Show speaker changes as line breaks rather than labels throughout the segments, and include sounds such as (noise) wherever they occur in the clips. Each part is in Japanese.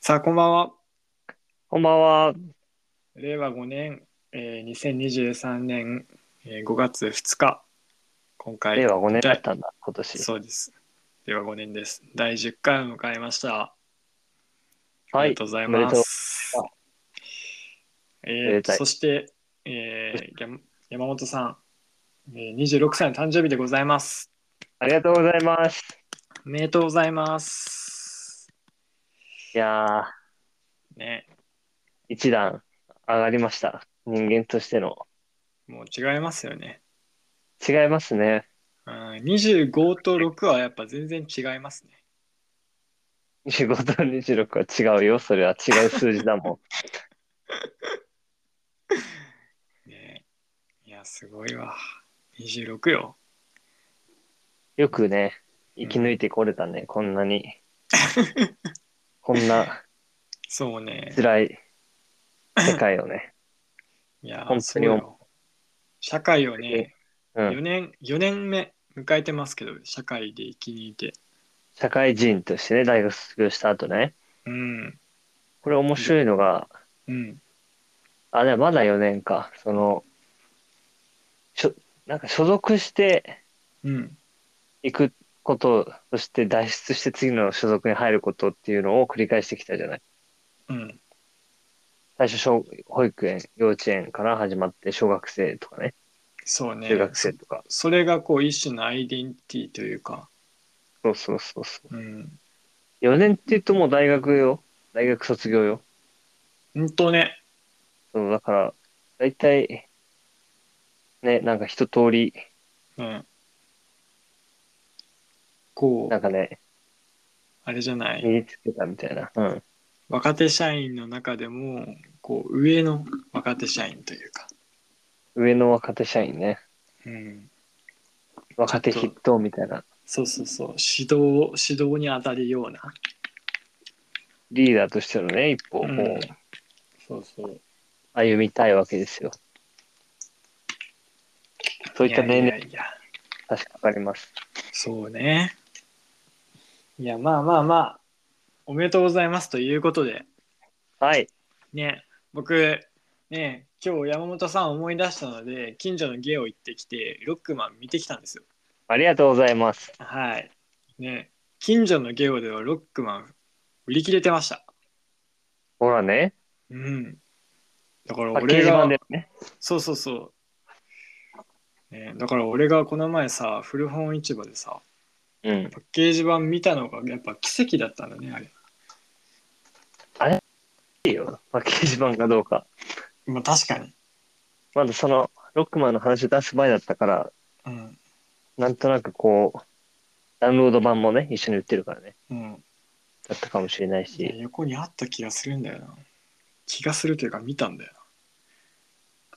さあ、こんばんは。
こんばんは。
令和5年、えー、2023年、えー、5月2日。今回、
令和5年だったんだ、今年。
そうです。令和5年です。第10回を迎えました。あ
は
り
い
がと。うございます
おめでとう。め
え
でた
ー、
い
そして、えー、や山本さん、えー、26歳の誕生日でございます。
ありがとうございます。
おめでとうございます。
いや
ね、
ー、一段上がりました。人間としての。
もう違いますよね。
違いますね。
うん、25と6はやっぱ全然違いますね。
25と26は違うよ。それは違う数字だもん。
ねえいや、すごいわ。26よ。 (laughs)
よくね、生き抜いてこれたね、こんなに。こんな
そうね。
辛い世界をね。
いや、
本
そ
当
う
に思う
よ。社会をね、
う
4
ん。
年、4年目迎えてますけど、社会で生きにいて。
社会人としてね、大学卒業した後ね。
うん、
これ面白いのが、
うん、
あ、でもまだ4年か。その、しょ、なんか所属して
うん、
いくこと、そして脱出して次の所属に入ることっていうのを繰り返してきたじゃない。
うん、
最初小、保育園、幼稚園から始まって、小学生とかね、
そうね
中。学生とか。
それがこう、一種のアイデンティティというか、
そうそうそうそう。
うん。
4年って言うともう大学よ。大学卒業よ。
ほんとね、
そう、だから、大体、ね、なんか一通り、
うん。こ
な
う、
んかね、
あれじゃない、
身につけたみたいな。うん。
若手社員の中でも、こう、上の若手社員というか、
上の若手社員ね。
うん。
若手筆頭みたいな。
そうそうそう指導指導に当たるような
リーダーとしてのね、一歩を
うん
こう
そうそう
歩みたいわけですよ。そういった
や
年齢
いやいや
差し掛かります。
そうねいやまあまあまあおめでとうございますということで
はい。
ね僕ね今日山本さん思い出したので近所の芸を行ってきてロックマン見てきたんですよ
ありがとうございます。
はいね近所のゲオではロックマン売り切れてました
ほらね、
うんだから
あ掲
俺
示
が
板ですね。
そうそうそう、ね、だから俺がこの前さ古本市場でさ
うん。
パッケージ版見たのがやっぱ奇跡だったんだねあれ、
いいよ。まあ、掲示板かどうか。
まあ、確かに、
まだその、ロックマンの話を出す前だったから、
うん
なんとなくこう、ダウンロード版もね、一緒に売ってるからね。
うん、
だったかもしれない
いや
し。
横にあった気がするんだよな気がするというか見たんだよ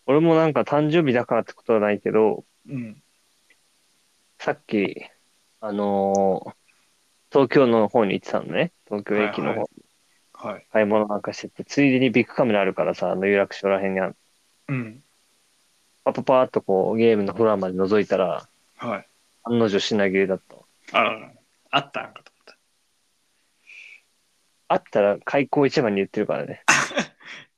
俺もなんか誕生日だからってことはないけど、
なうん
さっき、あのー東京の方に行ってたのね。東京駅の
はいは
方
い。はい
買い物なんかしてて、ついでにビッグカメラあるからさ、あの有楽町らへんにある
うん
パパパーっとこうゲームのフロアまで覗いたら、
はい
案の定品切れだった。
あららあったんかと思った
あったら開口一番に言ってるからね。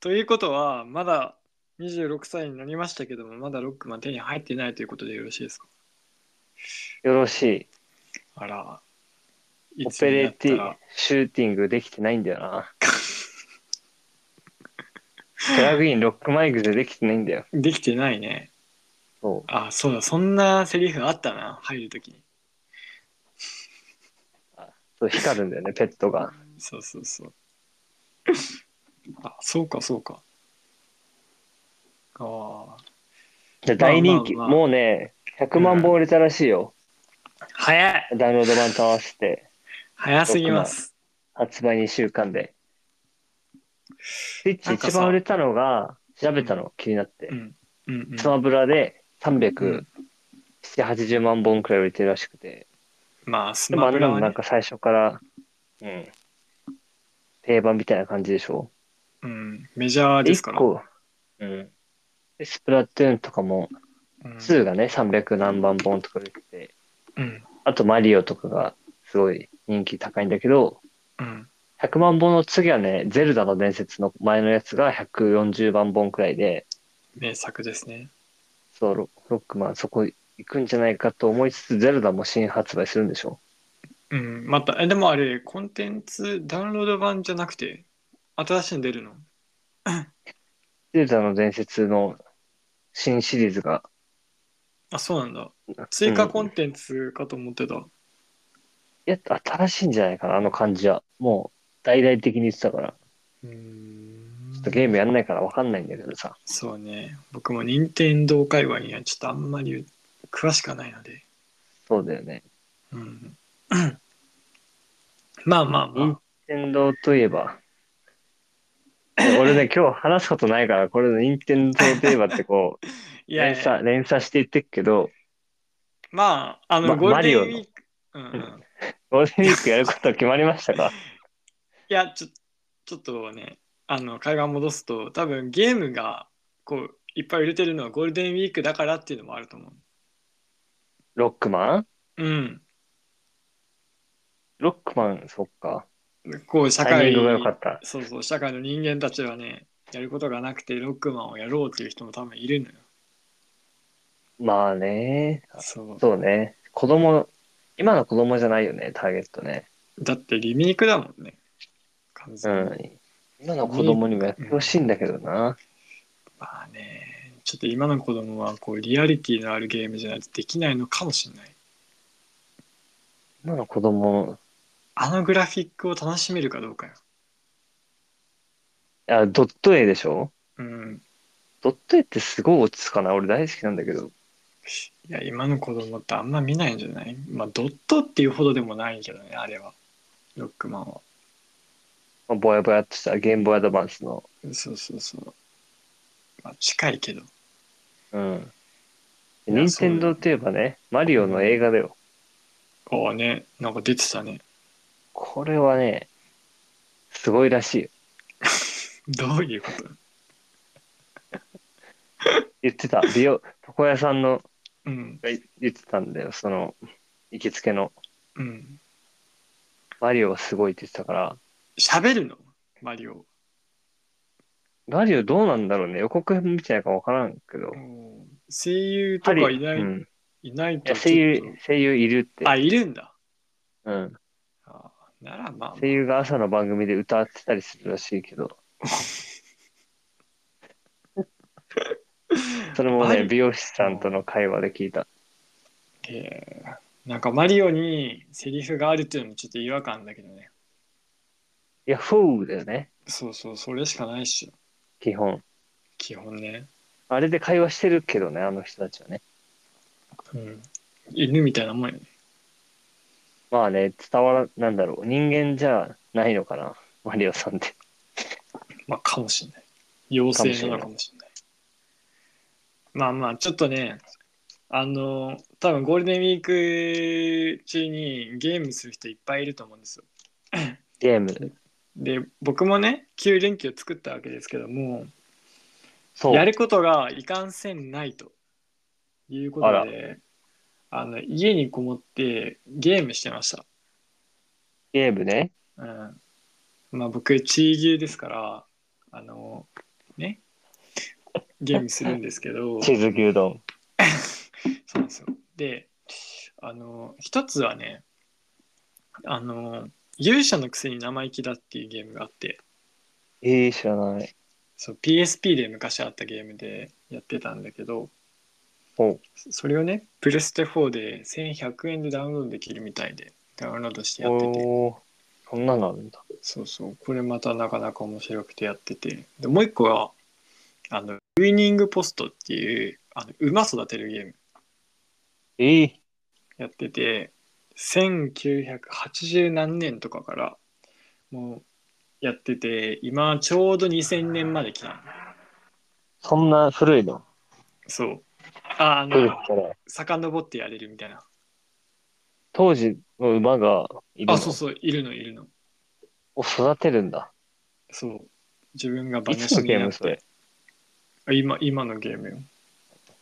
ということはまだ26歳になりましたけどもまだロックマン手に入ってないということでよろしいですか
よろし
あら
い。
い
オペレーテ
に
ィ
なっ
シューティングできてないんだよな。プラグインロックマイクでできてないんだよ。
たらできてないね
そ
あ、そうだ、そんなセリフあったな、入るときに。
う。そう光るんだよね、ペットが。
そうそうそう。 (laughs) あ、そうか、そうか。あ
で大人気、
まあまあまあ
もうね、100万本売れたらしいよ。
あ、早い
ダウンロード版と合わせて、
早すぎます。
発売2週間で。スイッチ
なんか
一
さ
番売れたのが、調べたの、気になって
う。ん。うん、うん。
スマブラで
う
370、80万本くらい売れてるらしくて、
まあ、ス
でも
マ
あ
ブ
ん
ラ
な
は、
の
ね
なんか最初から、うん、定番みたいな感じでしょ
うん、メジャーですから。
一個、うん。でスプラトゥーンとかも、
うん、
2がね、300何万本とか売れてて、
うん、
あとマリオとかがすごい人気高いんだけど、
うん。
100万本の次はね、ゼルダの伝説の前のやつが140万本くらいで、
名作ですね。
そう、ロロックマンそこ行くんじゃないかと思いつつ、ゼルダも新発売するんでしょ
うん、また、え、でもあれ、コンテンツダウンロード版じゃなくて、新しいの出るの
ゼルダの伝説の新シリーズが、
あ、そうなんだ。追加コ
うん
ンテンツかと思ってた。
いや、新しいんじゃないかな、あの感じは。もう、大々的に言ってたから、
うん
ちょっとゲームやんないから分かんないんだけどさ。
そうね。僕も任天堂界隈にはちょっとあんまり詳しくはないので。
そうだよね。
うん。 (coughs) まあまあま
任天堂といえば、俺ね、今日話すことないから、これの任天堂といえばってこう、
あ。 (laughs) いや
連
いや、
鎖、連鎖していってくけど、
まあ、あの、
ま
ゴールデンウ
マリオの
ィーク。うんうん。
ゴールデンウィークやること決まりまし
(laughs)
たか
いや、ちょちょっとね、あの、海岸戻すと、多分ゲームが、こう、いっぱい売れてるのはゴールデンウィークだからっていうのもあると思う。
ロックマン
うん。
ロックマン、そっか。
こう、社
タイミ
会
ングが良かった。
そうそう、社会の人間たちはね、やることがなくて、ロックマンをやろうっていう人も多分いるのよ。
まあね、
そう。
そうね。子供、今の子供じゃないよね、ターゲットね。
だってリメイクだもんね。完
う
全に。
ん。今の子供にもやってほしいんだけどな。
まあね、ちょっと今の子供はこうリアリティのあるゲームじゃないとできないのかもしれない。
今の子供、
あのグラフィックを楽しめるかどうかよ。
あ、ドット絵でしょ
うん。
ドット絵ってすごい落ち着かない。俺大好きなんだけ
い
ど。
や、今の子供ってあんま見ないんじゃないまあ、ドットっていうほどでもないけどね、あれは。ロックマンは。
まあぼやぼやっとしたゲームボーイアドバンスの。
そうそうそう。まあ、近いけど。
うん。
いや
任天堂といえばね、マリオの映画だよ。
ああね、なんか出てたね。
これはね、すごいらしいよ。
どういうこと
言ってた。美容、床屋さんの
うん。
が言ってたんだよ。その、行きつけの。
うん。
マリオがすごいって言ってたから。
喋るのマリオ。
マリオどうなんだろうね。予告編見てないから分からんけど。
うん声優と
ハリ
かいない、
うん、い
いないと
や
ちょっと
声優、声優いるって。
あ、いるんだ。
うん。
あならまあ、
声優が朝の番組で歌ってたりするらしいけ
(laughs)
ど。それも
マ
ね、
リ
美容師さんとの会話で聞いた。
えーなんかマリオにセリフがあるっていうのもちょっと違和感だけどね。
ヤッホーだよね、
そうそう、それしかないっしょ。
基本。
基本ね。
あれで会話してるけどね、あの人たちはね。
うん。犬みたいなもんよね。
まあね、伝わら、なんだろう、人間じゃないのかな、マリオさんって。
まあ、かもしれない。妖精なのかもしれない。まあまあ、ちょっとね、あの、多分ゴールデンウィーク中にゲームする人いっぱいいると思うんですよ。
ゲーム。
で、僕もね、9連休作ったわけですけども、
そう。
やることがいかんせんないというこ
あ
と
ら
で、あの家にこもってゲームしてました。
ゲームね。
うん、まあ僕、地位牛ですから、あの、ね、ゲームするんですけ
(laughs)
ど、
チーズ牛丼。
そうなんですよ。で、あの、一つはね、あの、勇者のくせに生意気だっていうゲームがあって、
ええ知らない。
そう、PSP で昔あったゲームでやってたんだけど、
ほう。
それをね、プレステ4で1100円でダウンロードできるみたいで、ダウンロードしてやってて、
おーそんなのあるんだ。
そうそう、これまたなかなか面白くてやってて、でもう一個は、あの、ウィニングポストっていう、あの馬育てるゲーム
ええ
やってて、1980何年とかから、もう、やってて、今ちょうど2000年まで来たの。
そんな古いの
そう。あ、あ
古
の
く、から。
遡ってやれるみたいな。
当時の馬がいるの
あ、そうそう、いるのいるの。
を育てるんだ。
そう。自分が馬
い
主
つの
に
ゲー
なっ
ムそ
て
れ。
今今のゲームよ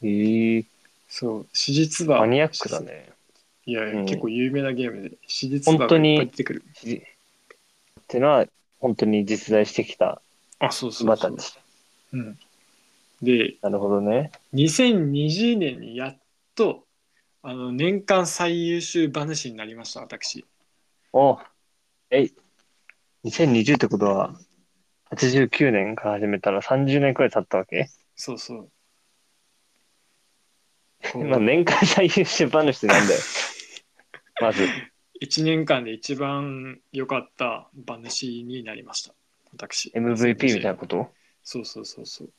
ええ
そう史実馬
マニアックだね。
いやいや、
うん
結構有名なゲームで史実馬
本当に
がいっぱい出てくる
しっていうのは、本当に実在してきた
あ、そうそうそ
姿
う
で。した。
うん、で、
なるほどね。
2020年にやっと、あの、年間最優秀馬主になりました、私。
おえい。2020ってことは、89年から始めたら30年くらい経ったわけ
そう
(laughs)
そう。
まあ年間最優秀馬主なん (laughs) だよ。まず。
1年間で一番良かった馬主になりました、私。
MVP みたいなこと
そうそうそうそう。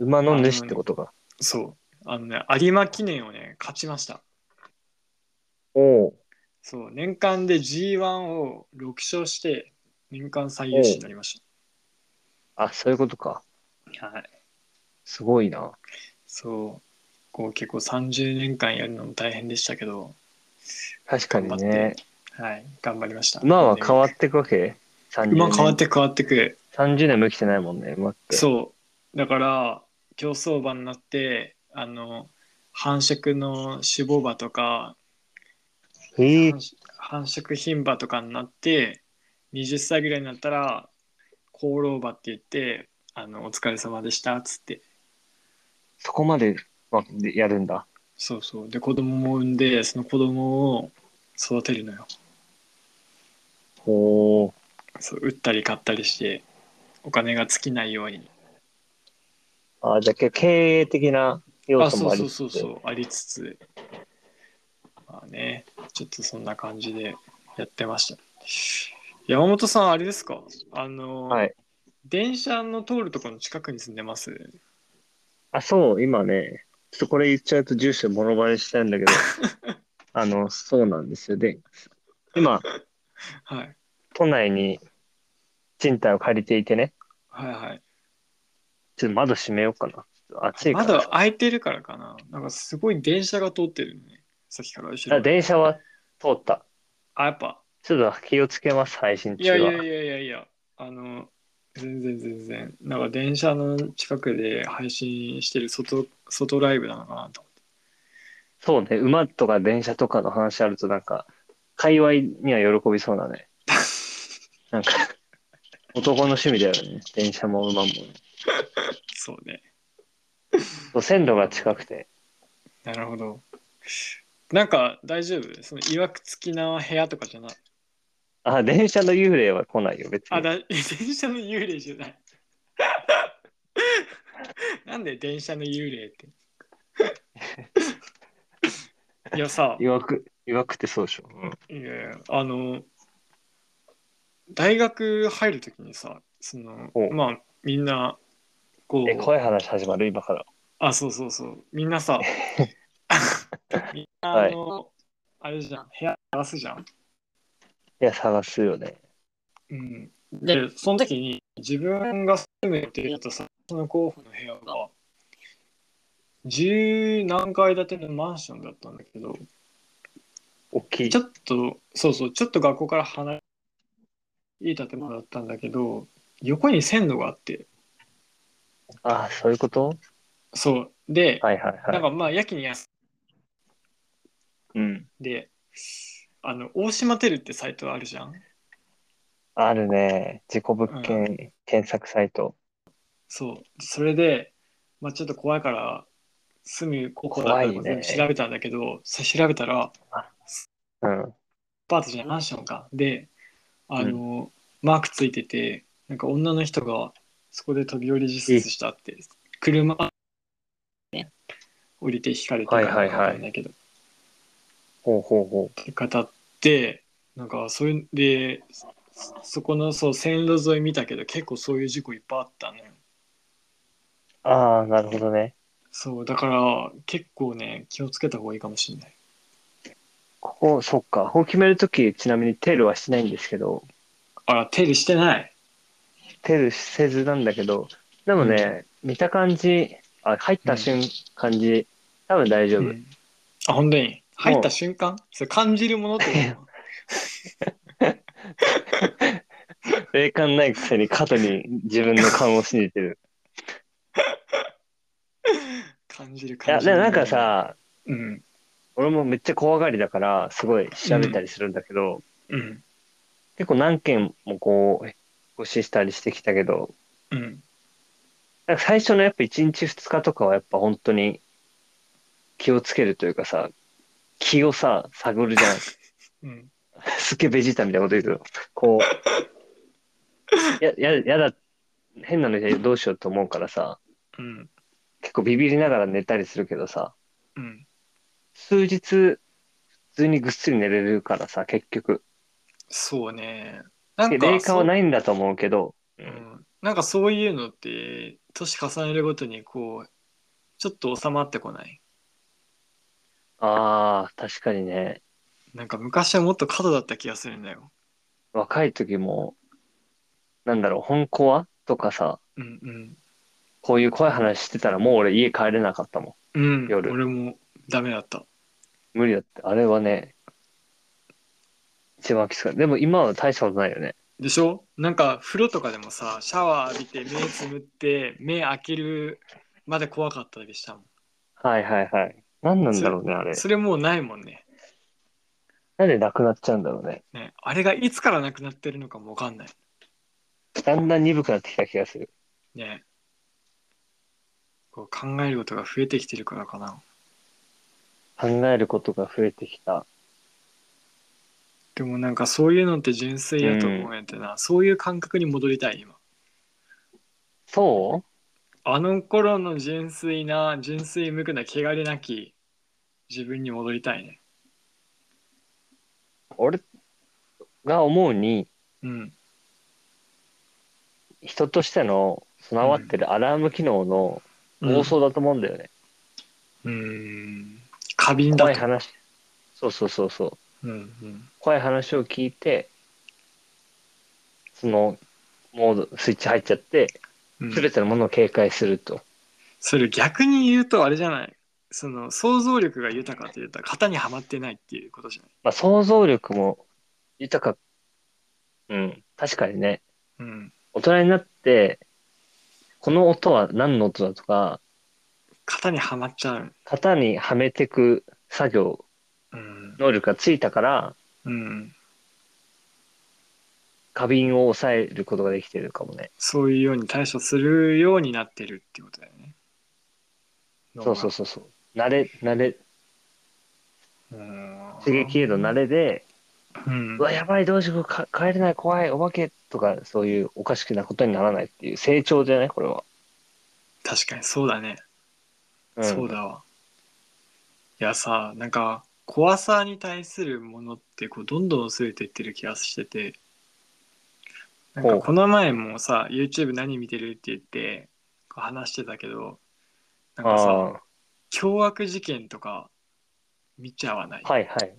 馬の主ってことか。
そう。あのね、有馬記念をね、勝ちました。
おう
そう、年間で G1 を6勝して、年間最優秀になりまし
あ、そういうことか。
た。はい。
すごいな。
そう。こう結構30年間やるのも大変でしたけど、
確かに
頑張っ
ね。
はい、頑張りました。
馬は変わ
っ
ってくわけ ?30 年。
馬変わってく変わってく。
30年も生きてないもんね、馬って。
そう。だから、競走馬になって、あの、繁殖の脂肪馬とか、
へえ
繁殖繁殖牝馬とかになって20歳ぐらいになったら功労馬って言ってあの「お疲れ様でした」っつって
そこまでまでやるんだ。
そうそうで子供も産んでその子供を育てるのよ
おお。
そう売ったり買ったりしてお金が尽きないように
あ、じゃあけ経営的な要
あ
素
そ
もあ
うそ
り
う
つつ
そうそうありつつまあねちょっとそんな感じでやってました山本さんあれですかあの、
はい
電車の通るところの近くに住んでます
あ、そう、今ね、ちょっとこれ言っちゃうと住所物バレしちゃうん
(laughs)
だけど、あの、そうなんですよ。で、今、
はい
都内に賃貸を借りていてね、
はいはい
ちょっと窓閉めようかな。ちょっと暑いか
ま
ら。
だ開いてるからかな。なんかすごい電車が通ってるね。さっきから後ろ
あ
に。
電車は通った。
あ、やっぱ。
ちょっと気をつけます、配信
い
中
や
は。
いやいやいやいや。あの、全然全然。なんか電車の近くで配信してる外、外ライブなのかなと思って。
そうね、馬とか電車とかの話あると、なんか、界隈には喜びそう
(laughs)
だね。なんか、男の趣味だよね。電車も馬もね、
そうね。
そう線路が近くて。
なるほど。なんか大丈夫そのいわくつきな部屋とかじゃない。
あ、電車の幽霊は来ないよ、別に。
あ、だ (laughs) 電車の幽霊じゃない。 (laughs) なんで電車の幽霊 (laughs) って。いやさ。
いわく、いわくってそうでしょ。うん、
いやあの大学入るときにさその
お
まあみんなこ
え、
う
怖い話始まる、今から。
あそうそうそうみんな (laughs) さみんなあの、あれじゃん部屋探すじゃん、
いや、探すよね。
うん、でその時に自分が住む予定だとさその候補の部屋が十何階建てのマンションだったんだけど
大きい。
ちょっと、そうそう、ちょっと学校から離れ、いい建物だったんだけど、横に線路があって、
あ、そういうこと
そう。で、
はいはいはい。
なんかまあ、やきにやす
うん。
で、あの、大島テルってサイトあるじゃん。
あるね。事故物件、検索サイト。
そう。それで、まあ、ちょっと怖いから、住むここだ
怖
か
い
ら
ね
全部調べたんだけど、そ調べたら、
うん。
アパートじゃないマンションか。で、あの、マークついてて、なんか女の人がそこで飛び降り自殺したって、車、ね、降りて引かれて
はい
か
はいはい
わかんないけど、
ほうほうほう。
って語って、なんかそれで、そそこのそう線路沿い見たけど、結構そういう事故いっぱいあったね。
ああ、なるほどね。
そう、だから結構ね、気をつけた方がいいかもしれない。
ここ、そっか。ここ決めるとき、ちなみにテールはしないんですけど、
あら、手入れしてない。
テールせずなんだけど、でもね、見た感じ、あ、入った瞬間じ、多分大丈夫。
うんあ、ほんとに。入った瞬間それ感じるものってこと
(laughs) 霊感ないくせに過度に自分の勘を信じてる。
感じる
いや、
感じ
で
る
もなんか、さ、
うん、
俺もめっちゃ怖がりだから、すごい調べたりするんだけど、
うん、
結構何件もこう、越ししたりしてきたけど、
うん。
なんか最初のやっぱ1日2日とかはやっぱ本当に気をつけるというかさ、気をさ、探るじゃん。
うん。
すっげえベジータみたいなこと言うけど、こう、や、ややだ、変なのでどうしようと思うからさ、
うん。
結構ビビりながら寝たりするけどさ、
うん。
数日、普通にぐっすり寝れるからさ、結局。
そうね。なんか
霊感
そ
は
う
ないんだと思うけど、う
うんん、なんかそういうのって、年重ねるごとにこう、ちょっと収まってこない。
ああ、確かにね、
なんか昔はもっと過度だった気がするんだよ。
若い時も、なんだろう、本コはとかさ、
うんうん。
こういう怖い話してたらもう俺家帰れなかったも
うん、
夜
俺もダメだった。
ん。無理だって。あれはね、一番きつかった。でも今は大したことないよね。
でしょなんか風呂とかでもさ、シャワー浴びて目つむって目開けるまで怖かったりしたもん。
はいはいはい。何なんだろうね、あれ。
それもうないもんね。
なんでなくなっちゃうんだろうね。
ねあれがいつからなくなってるのかもわかんない。
だんだん鈍くなってきた気がする。
ねこう考えることが増えてきてるからかな。
考えることが増えてきた。
でもなんかそういうのって純粋やと思うんやってな、そういう感覚に戻りたい今。
そ
あの頃の純粋な、純粋無垢な汚れなき自分に戻りたいね。
う俺が思うに、
うん。
人としての備わってるアラーム機能の暴走だと思うんだよね。
うーん。過敏
怖
だ
い
と。
話。そうそうそうそ
う
う。
んうん。
怖い話を聞いて、そのモード、スイッチ入っちゃって、
うん
すべてのものを警戒すると。
それ逆に言うとあれじゃない。その想像力が豊かって言ったら型にはまってないっていうことじゃ
まあ、想像力も豊か、うん、確かにね、
ない。うん。
大人になって、この音は何の音だとか、
型にはまっちゃう。
型にはめてく作業、
うん。
能力がついたから、
うん。
過敏を抑えることができてるかもね。
そういうように対処するようになってるってことだよね。
そうそうそうそう。慣れ、慣れ、
うーん。
刺激への慣れで、
うん
う。わ、やばい、どうしよう、か帰れない、怖い、お化けとか、そういうおかしくなことにならないっていう成長じゃないこれは。
確かにそうだね。
うん、
そうだわ。いやさ、なんか怖さに対するものってこうどんどん薄れていってる気がしてて、なん
ほ
か
う
この前もさ、YouTube 何見てるって言ってこう話してたけど、なんかさ、
あ
凶悪事件とか見ちゃわない。
あ、はいはい。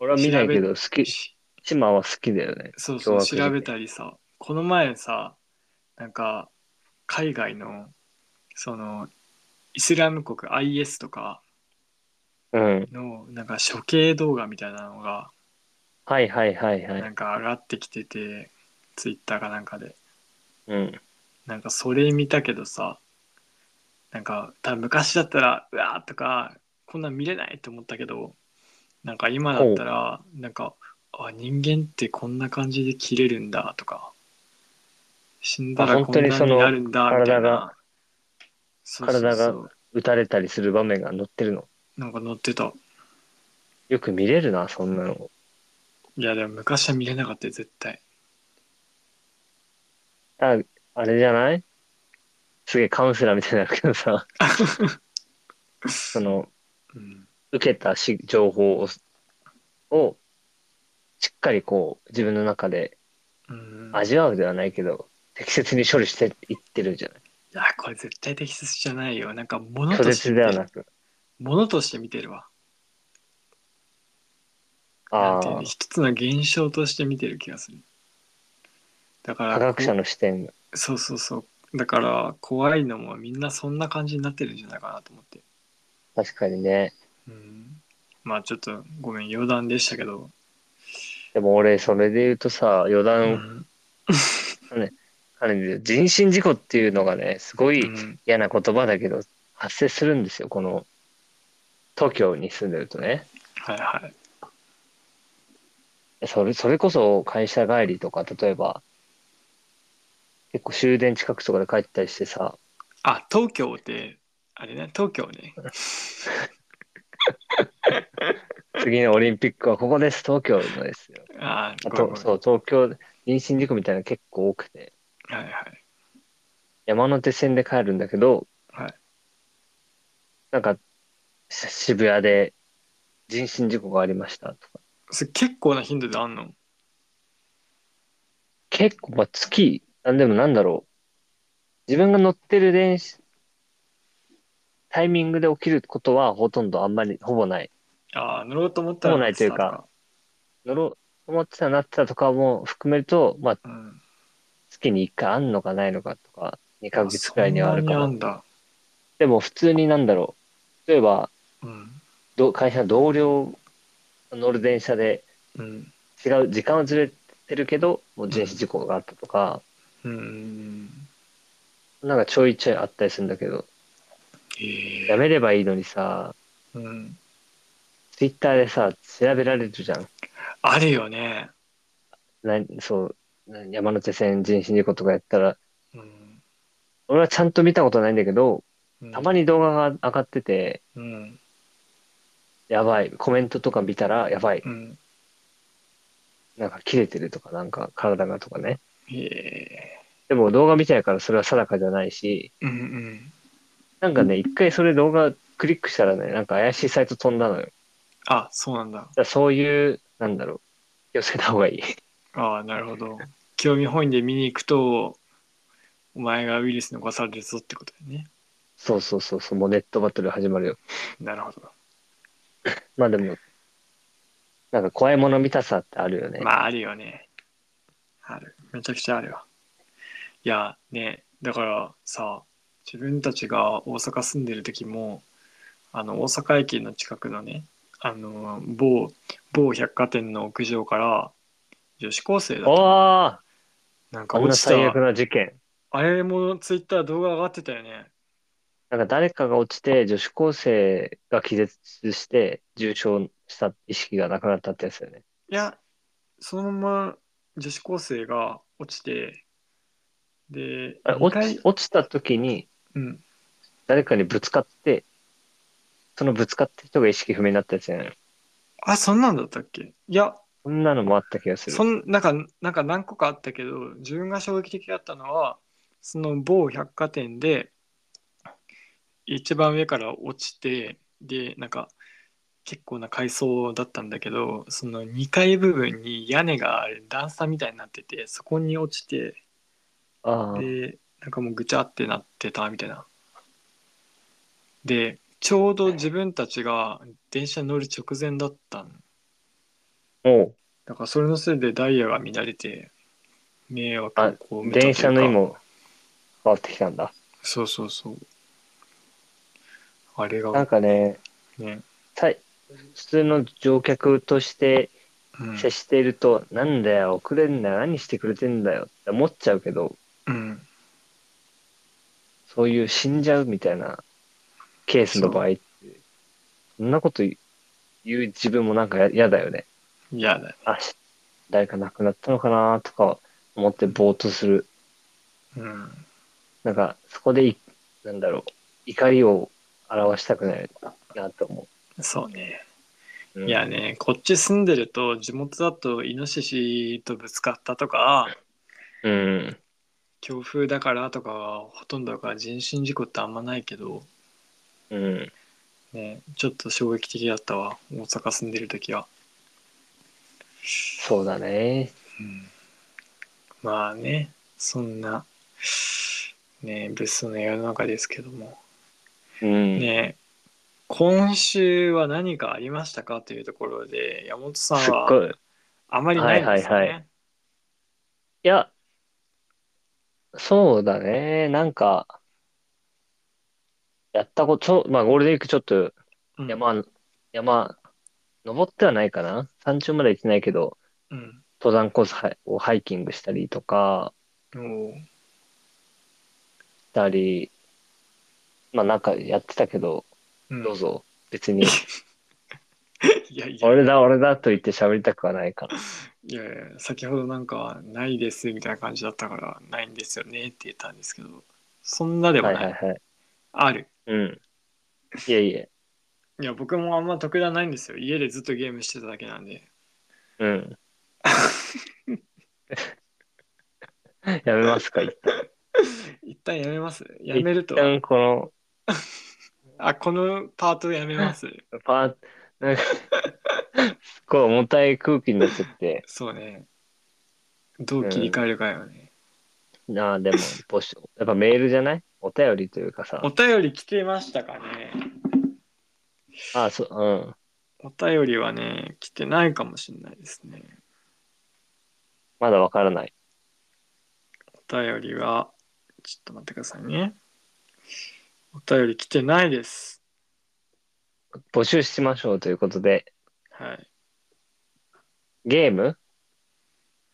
俺は見ないけど、好き、
し
島は好きだよね。
そうそう、
凶悪事件
調べたりさ、この前さ、なんか海外のそのイスラム国 IS とか、
うん。
のなんか処刑動画みたいなのが
はいはいはいは。
ないんか上がってきてて、ツイッターかなんかで
うん。
なんかそれ見たけどさなんか多分昔だったらうわーとかこんなん見れないと思ったけどなんか今だったらなんかあ人間ってこんな感じで切れるんだとか死んだ
あ
ら
本
こ
当
ん
に
な
そ
に
の
なるんだみたい
体が
なそうそうそう
体が撃たれたりする場面が載ってるの。
なんか載ってた
よく見れるな、そんなの。
いやでも昔は見れなかったよ絶対
ただ、あれじゃないすげえカウンセラーみたいになるけ
(laughs)
どさ、その、
うん
受けたし情報を、をしっかりこう、自分の中で
うん
味わうではないけど、適切に処理していってるんじゃ
いや、これ絶対適切じゃないよ。なんか
な
物
い拒
として
絶ではなく。
物として見てるわ。な
あ
んていうの
あ、
一つの現象として見てる気がする。だから、
科学者の視点が。
そうそうそう。だから、怖いのもみんなそんな感じになってるんじゃないかなと思って。
確かにね。
うん。まあちょっと、ごめん、余談でしたけど。
でも俺、それで言うとさ、余
う
談、
ん。
あるんで人身事故っていうのがね、すご
う
い
ん。
嫌な言葉だけど、発生するんですよ、この、東京に住んでるとね。
はいはい。
それ、それこそ会社帰りとか、例えば、結構終電近くとかで帰ったりしてさ、
あ、東京って、あれね、東京ね。
次のオリンピックはここです、東京のですよ。
あー
あ
ごめん
と、そう、東京、臨新宿みたいなの結構多くて、
ごめんはいはい。
山手線で帰るんだけど、
はい
なんか、し渋谷で人身事故がありましたとか、
それ結構な頻度であんの
結構、まあ、月、なんでもなんだろう、自分が乗ってる電車、タイミングで起きることはほとんどあんまり、ほぼない。
ああ、乗ろうと思ったら。
もうないというか乗ろう、思ってたなってたとかも含めると、まあ、
うん。
月に1回あんのかないのかとか、2ヶ月くらいにはあるか
そんな
な。
にあんだ。
でも、普通になんだろう、例えば、
うん。
ど会社の同僚が乗る電車で、
うん。
違う時間はずれてるけどもう人身事故があったとか、
うん。
なんかちょいちょいあったりするんだけど
え
やめればいいのにさ
うん。
ツイッターでさ調べられるじゃん
あるよね。
なそうな山手線人身事故とかやったら
うん。
俺はちゃんと見たことないんだけどたま
に。
に動画が上がってて
うん。
やばいコメントとか見たらやばい
うん。
なんか切れてるとかなんか体がとかね
へえ
でも動画見てないからそれは定かじゃないし
うんうん。
なんかね一回それ動画クリックしたらねなんか怪しいサイト飛んだのよ
あ、そうなんだ
だか。らそういう、なんだろう、気をつけた方がいい。 (laughs)
ああ、なるほど。興味本位で見に行くと、お前がウイルスに侵されるぞってことだよね。
そうそうそうそう、もうネットバトル始まるよ。
なるほど。
まあでも、なんか怖いもの見たさってあるよね。
まあ、あるよね。ある。めちゃくちゃあるわ。いや、ね、だからさ、自分たちが大阪住んでる時も、あの、大阪駅の近くのね、あの、某、某百貨店の屋上から、女子高生だったの
おー
なんか
こんな
落ちた
最悪。な事件。
あれもツイッター動画上がってたよね。
なんか誰かが落ちて、女子高生が気絶して、重症した意識がなくなったってやつだよね。
いや、そのまま女子高生が落ちて、で、
あれ
二
落
回
ち落ちた時に、
うん、
誰かにぶつかって、そのぶつかった人が意識不明になったやつじゃないの
あ、そんなんだったっけいや、
そんなのもあった気がする
そ。んなんか、なんか何個かあったけど、自分が衝撃的だったのは、その某百貨店で、一番上から落ちて、で、なんか、結構な階層だったんだけど、その2階部分に屋根が段差みたいになってて、そこに落ちて、
ああ、
でなんかもうぐちゃってなってたみたいなでちょうど自分たちが電車に乗る直前だったん
も
だからそれのせいでダイヤが乱れて迷惑をこう
う、電車の意味
今
も変わってきたんだ。
そうそうそうあれが
なんかね、
ね、
さい普通の乗客として
うん
接していると、なんだよ、遅れんなよ、何してくれてんだよって思っちゃうけど、
うん、
そういう死んじゃうみたいなケースの場合って、そんなこと言う言う自分もなんかや嫌だよね。
嫌だ、
あ、し誰か亡くなったのかなとか思ってぼーっとする。
うん、
なんか、そこでい、なんだろう、怒りを表したくないなと思
そうね
う。うん
いやねこっち住んでると地元だとイノシシとぶつかったとか
うん。
強風だからとかはほとんどだから人身事故ってあんまないけど、
うん。
ね、ちょっと衝撃的だったわ大阪住んでる時は、
そうだね。
まあねそんなね物騒な世の中ですけども
うん。
ね今週は何かありましたかというところで山本さん
すっ
は
ごい。
あまりないんですよね、
はいはいいや、そうだね。なんか、やったこと、ちょまあ、ゴールデンウィークちょっと
うん
山、山、登ってはないかな。山頂まで行ってないけど、
うん
登山コースはをハイキングしたりとか、
おう
したり、まあ、なんかやってたけど、
うん
(laughs) どうぞ。別に、
いやいや、
俺だ、俺だと言って喋りたくはないから。
いやいや先ほどなんかはないですみたいな感じだったから、ないんですよねって言ったんですけど、そんなでも
は
ないい。
はいはい。
ある。
うん。いえいえ。
いや、僕もあんま特段ないんですよ。家でずっとゲームしてただけなんで。 (laughs)
うん。やめますか、一
一旦やめます。やめると。
旦この
あ、このパートやめます。
パー、なんか、 (laughs) すっごい重たい空気になっちゃって、
そうね。どう切り替えるかよね。
なあ、でも、ポしやっぱメールじゃないお便りというかさ
お、便り来てましたかね
あそう、う
お
ん。
便りはね、来てないかもしれないですね。
まだわからない。
お便りは、ちょっと待ってくださいね。お便り来てないです。
募集しましょうということで、
はい。
ゲーム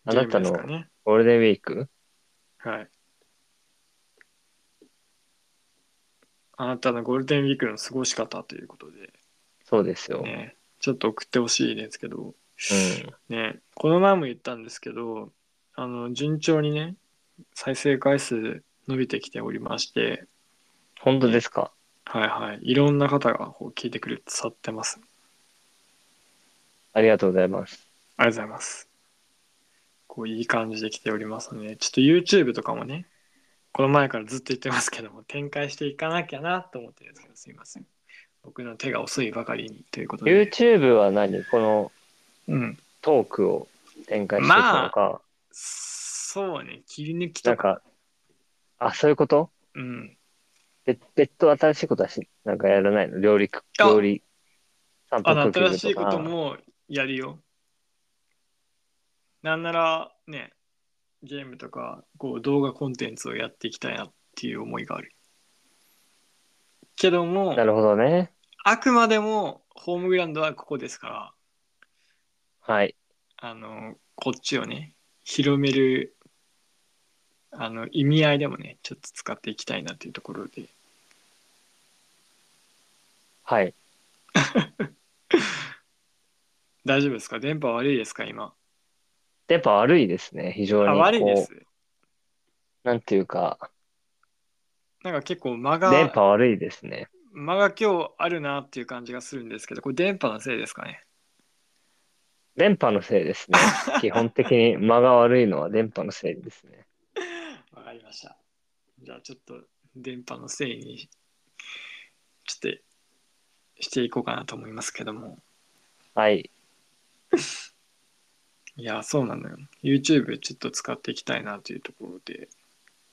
あな
ゲー
た
ムです
のゴ
かね。
ールデンウィーク
はい。あなたのゴールデンウィークの過ごし方ということ
そうですよ。
で、
うん。
ね、ちょっと送ってほしいですけど、ね、この前も言ったんですけど、あの、順調にね、再生回数伸びてきておりまして、
本当ですか
はいはい、いろんな方がこう聞いてくれて伝わってます。
ありがとうございます。
ありがとうございます。こういい感じで来ておりますので、ちょっと YouTube とかもね、この前からずっと言ってますけども、展開していかなきゃなと思ってるんですけど、すいません。僕の手が遅いばかりにということで。
YouTube は何この
うん。
トークを展開していくのか、
そうね、切り抜き
な
と
ん
か。
か、あ、そういうこと
うん。
別別途新しいことはし、なんかやらないの料理く、
あ
料理、散
あ
歩
の、
クッ
新
キング
しい
と
こと
か、
もやるよ。なんなら、ね、ゲームとか、こう動画コンテンツをやっていきたいなっていう思いがある。けども、
なるほどね。
あくまでもホームグラウンドはここですから、
はい。
あの、こっちをね、広める、あの、意味合いでもね、ちょっと使っていきたいなというところで、
はい。
大丈夫ですか電波悪いですか今。
電波悪いですね、非
あ、
常に。
悪いです
こ。うなんていうか、
なんか結構間
電
が、
波悪いですね。
間が今日あるなっていう感じがするんですけど、これ電波のせいですかね
電波のせいですね。
(laughs)
基本的に間が悪いのは電波のせいですね。
わかりました。じゃあちょっと電波のせいに、ちょっとしていこうかなと思いますけども。
はい。
いや、そうなのよ。YouTube ちょっと使っていきたいなというところで。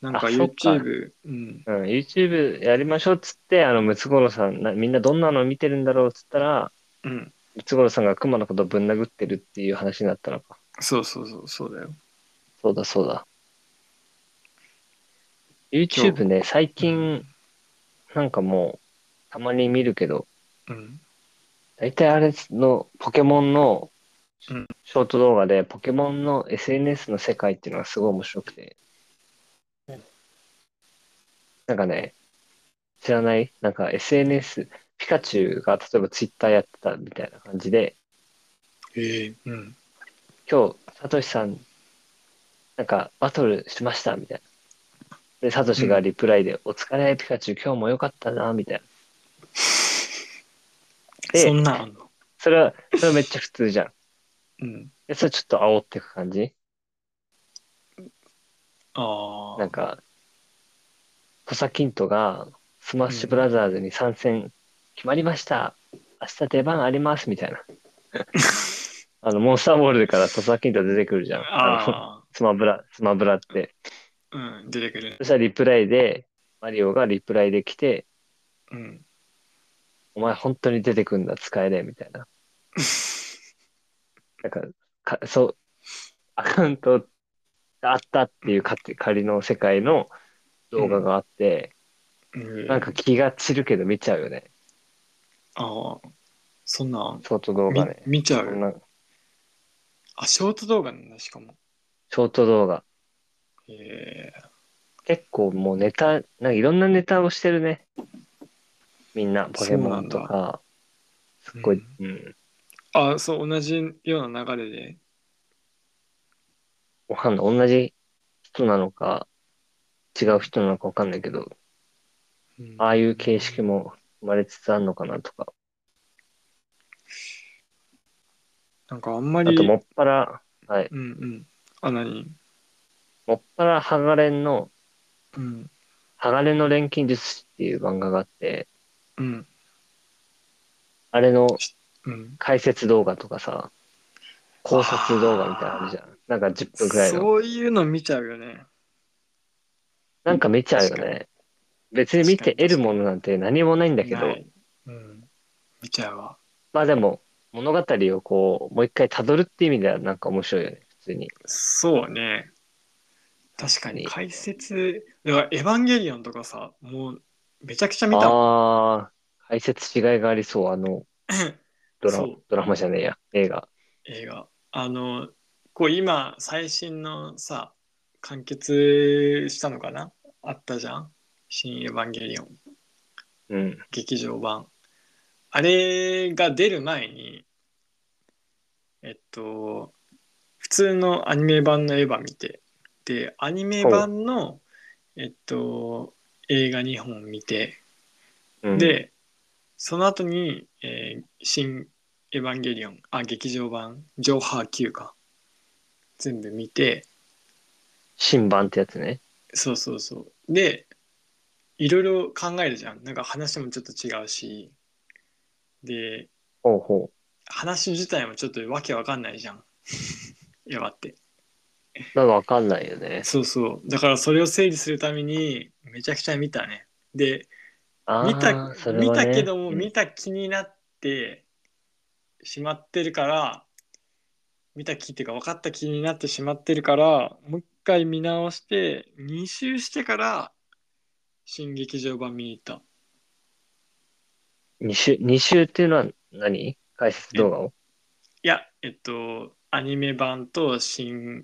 なんか
あそっか
YouTube、うん。
うん、YouTube やりましょうっつって、あの、ムツゴロウさんな、みんなどんなの見てるんだろうっつったら、
うん。
ムツゴロウさんが熊のことぶん殴ってるっていう話になったのか。
そうそうそう、そうだよ。
そうだそうだ。YouTube ね、最近、なんかもう、たまに見るけど、
うん。
大体あれの、ポケモンの
うん、
ショート動画で、ポケモンの SNS の世界っていうのがすごい面白くて
うん。
なんかね、知らないなんか SNS、ピカチュウが例えば Twitter やってたみたいな感じで、
ええうん。
今日、サトシさん、なんか、バトルしました、みたいな。で、サトシがリプライで、お疲れ、ピカチュウ、今日も良かったな、みたいな。
そん
で、
なんあんの
それは、それはめっちゃ普通じゃん。 (laughs)
うん。
で、それちょっと煽ってく感じ
あ
な
あ
ん。か、土佐キントが、スマッシュブラザーズに参戦、決まりました。明日出番あります、みたいな。あの、モンスターボールから土佐キント出てくるじゃん。の
あ
スマブラ、スマブラって。
あ。うん。出てくる
そ。したらリプライで、マリオがリプライで来て、
うん。
お前本当に出てくんだ、使えねえ、みたいな。
(laughs)
なんか、かそう、アカウントがあったっていうかって仮の世界の動画があって、なんか気が散るけど見ちゃうよね。
ああ。そんなん、
ショート動
み
画ね。
見ちゃ
こん
う。
な
あ、ショート動画なんだ、しかも。
ショート動画。
ええ
結構もうネタ、なんかいろんなネタをしてるね。みんな、ポケモンと
そう
か、すっ
ん
ごい、うん。
あ、そう、同じような流れで。
わかんない。同じ人なのか、違う人なのかわかんないけど、
うん
ああいう形式も生まれつつあるのかなとか。
なんかあんま
あ
り。
と、もっぱら、はい。
うんうん。あ、何
もっぱら、ハガレンの、
うん。
ハガレンの錬金術師っていう漫画があって、
うん。
あれの
うん。
解説動画とかさ、考察動画みたいなのあるじゃん。なんか10分くらいの。
そういうの見ちゃうよね。
なんか見ちゃうよ
確か
ね。別に見て
確かに
得るものなんて何もないんだけ
な
ど、
いうん。見ちゃうわ。
まあでも、物語をこう、もう一回辿るって意味ではなんか面白いよね、普通に。
そうね。確かに
ね
解説、だからエヴァンゲリオンとかさ、もうめちゃくちゃ見たもん
ああ、解説違いがありそう、あの、ドラ
そう
ドラマじゃねえや、映画。
映画。あの、こう今、最新のさ、完結したのかなあったじゃん新エヴァンゲリオン、
うん。
劇場版。あれが出る前に、えっと、普通のアニメ版のエヴァ見て、で、アニメ版の、えっと、映画2本見て、
うん、
で、その後に、えー新エヴァンゲリオン、あ、劇場版、ジョーハー Q か。全部見て、
新版ってやつね。
そうそうそう。で、いろいろ考えるじゃん。なんか話もちょっと違うし、で、
ほうほ
話自体もちょっとわけわかんないじゃん。 (laughs) エヴァって。
う。なんかわかんないよね。
そうそう。だからそれを整理するために、めちゃくちゃ見たね。で、
ああ、
見た
それ
見
はね、
たけども
うん
見た気になってしまってるから、見た気っていうか分かった気になってしまってるからもう一回見直して2周してから新劇場版見に行った
二週、二週っていうのは何解説動画を
いやえっとアニメ版と新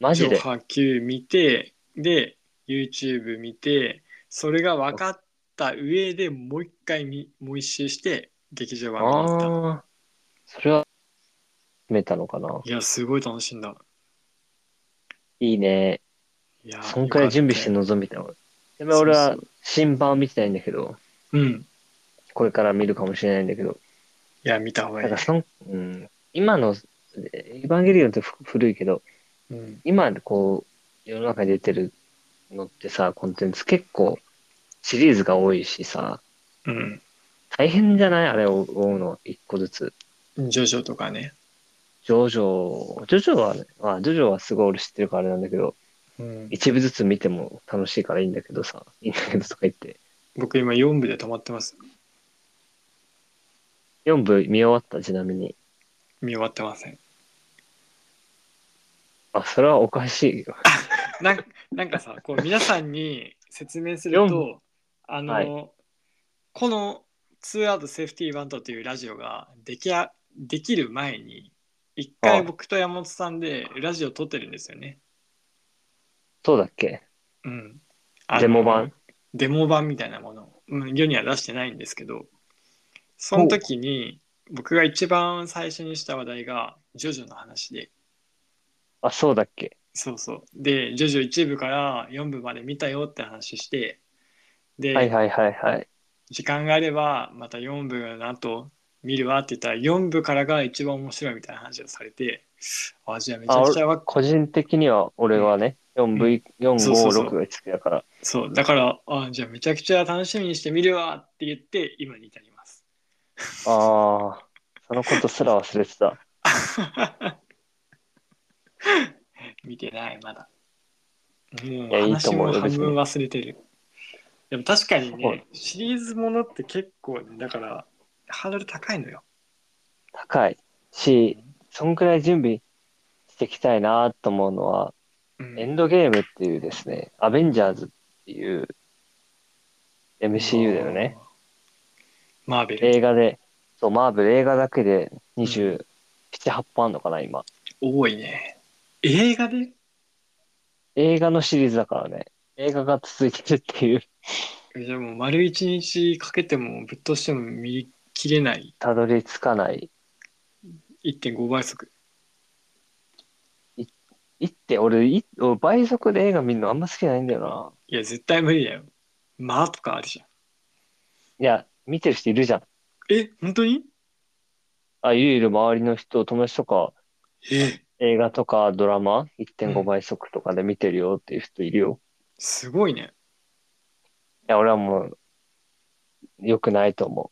マジ
上
で。
波球見てで YouTube 見てそれが分かった上でもう一回見もう一周して劇場版見に行った
ああ、それは、決めたのかない
やすごい楽しんだ
いいね。
いや
そんくらい準備して
の
臨みたの。でも俺
そ
は
う
新版を見てないんだけど、
うん
これから見るかもしれないんだけど、
いや見た方がい
ないんかその、うん、今の、エヴァンゲリオンってふ古いけど、
うん
今こう、世の中に出てるのってさ、コンテンツ結構シリーズが多いしさ、
うん
大変じゃないあれを追うの、一個ずつ。
ジョジョとかね
ジョジョ、ジョジョはね、まあ、ジョジョはすごい俺知ってるからあれなんだけど、
うん
一部ずつ見ても楽しいからいいんだけどさ、いいんだけどとか言って。
僕今4部で止まってます
4部見終わった、ちなみに。
見終わってません
あ、それはおかしいよ。
なんなんかさこう皆さんに説明する
四
とあの、
はい
この「ツーアウトセーフティーバント」というラジオができあできる前に一
あ
回僕と山本さんでラジオ撮ってるんですよね
そうだっけ
うんあの
デモ版
デモ版みたいなものを、うん、世には出してないんですけどその時に僕が一番最初にした話題がジョジョの話で
あ、そうだっけ
そうそうでジョジョ1部から4部まで見たよって話してで、
はいはいはいはい。
時間があればまた4部の後見るわって言ったら4部からが一番面白いみたいな話をされてあじゃあめちゃくちゃわ
個人的には俺はね、4
う
部、4、
そうそうそう
5、6が好きだから。
そうだからあじゃあめちゃくちゃ楽しみにして見るわって言って今に至ります
ああ、そのことすら忘れてた。
(laughs) 見てないまだもう
やいいと
話
思う
も
よ
半
別に
分忘れてるでも確かに
そう
ねシリーズものって結構ねだからハードル高いのよ
高いし、そんくらい準備していきたいなと思うのは、
うん
エンドゲームっていうですね、アベンジャーズっていう MCU だよね。
マーベル
映画で、そう、マーベル映画だけで27、8本あんのかな、今。
多いね映画で
映画のシリーズだからね、映画が続いてるっていう、
えじゃあもう丸一日かけてもぶっ通しても見切れない
たどり着かない
1.5倍速。
行って、俺、い俺倍速で映画見るのあんま好きじゃないんだよな。
いや、絶対無理だよ。まあとかあるじゃん。
いや、見てる人いるじゃん。
え、本当に
あ、いるいる周りの人、友達とか、
え、
映画とかドラマ
う
1.5
ん
倍速とかで見てるよっていう人いるよ。
すごいね。
いや、俺はもう、良くないと思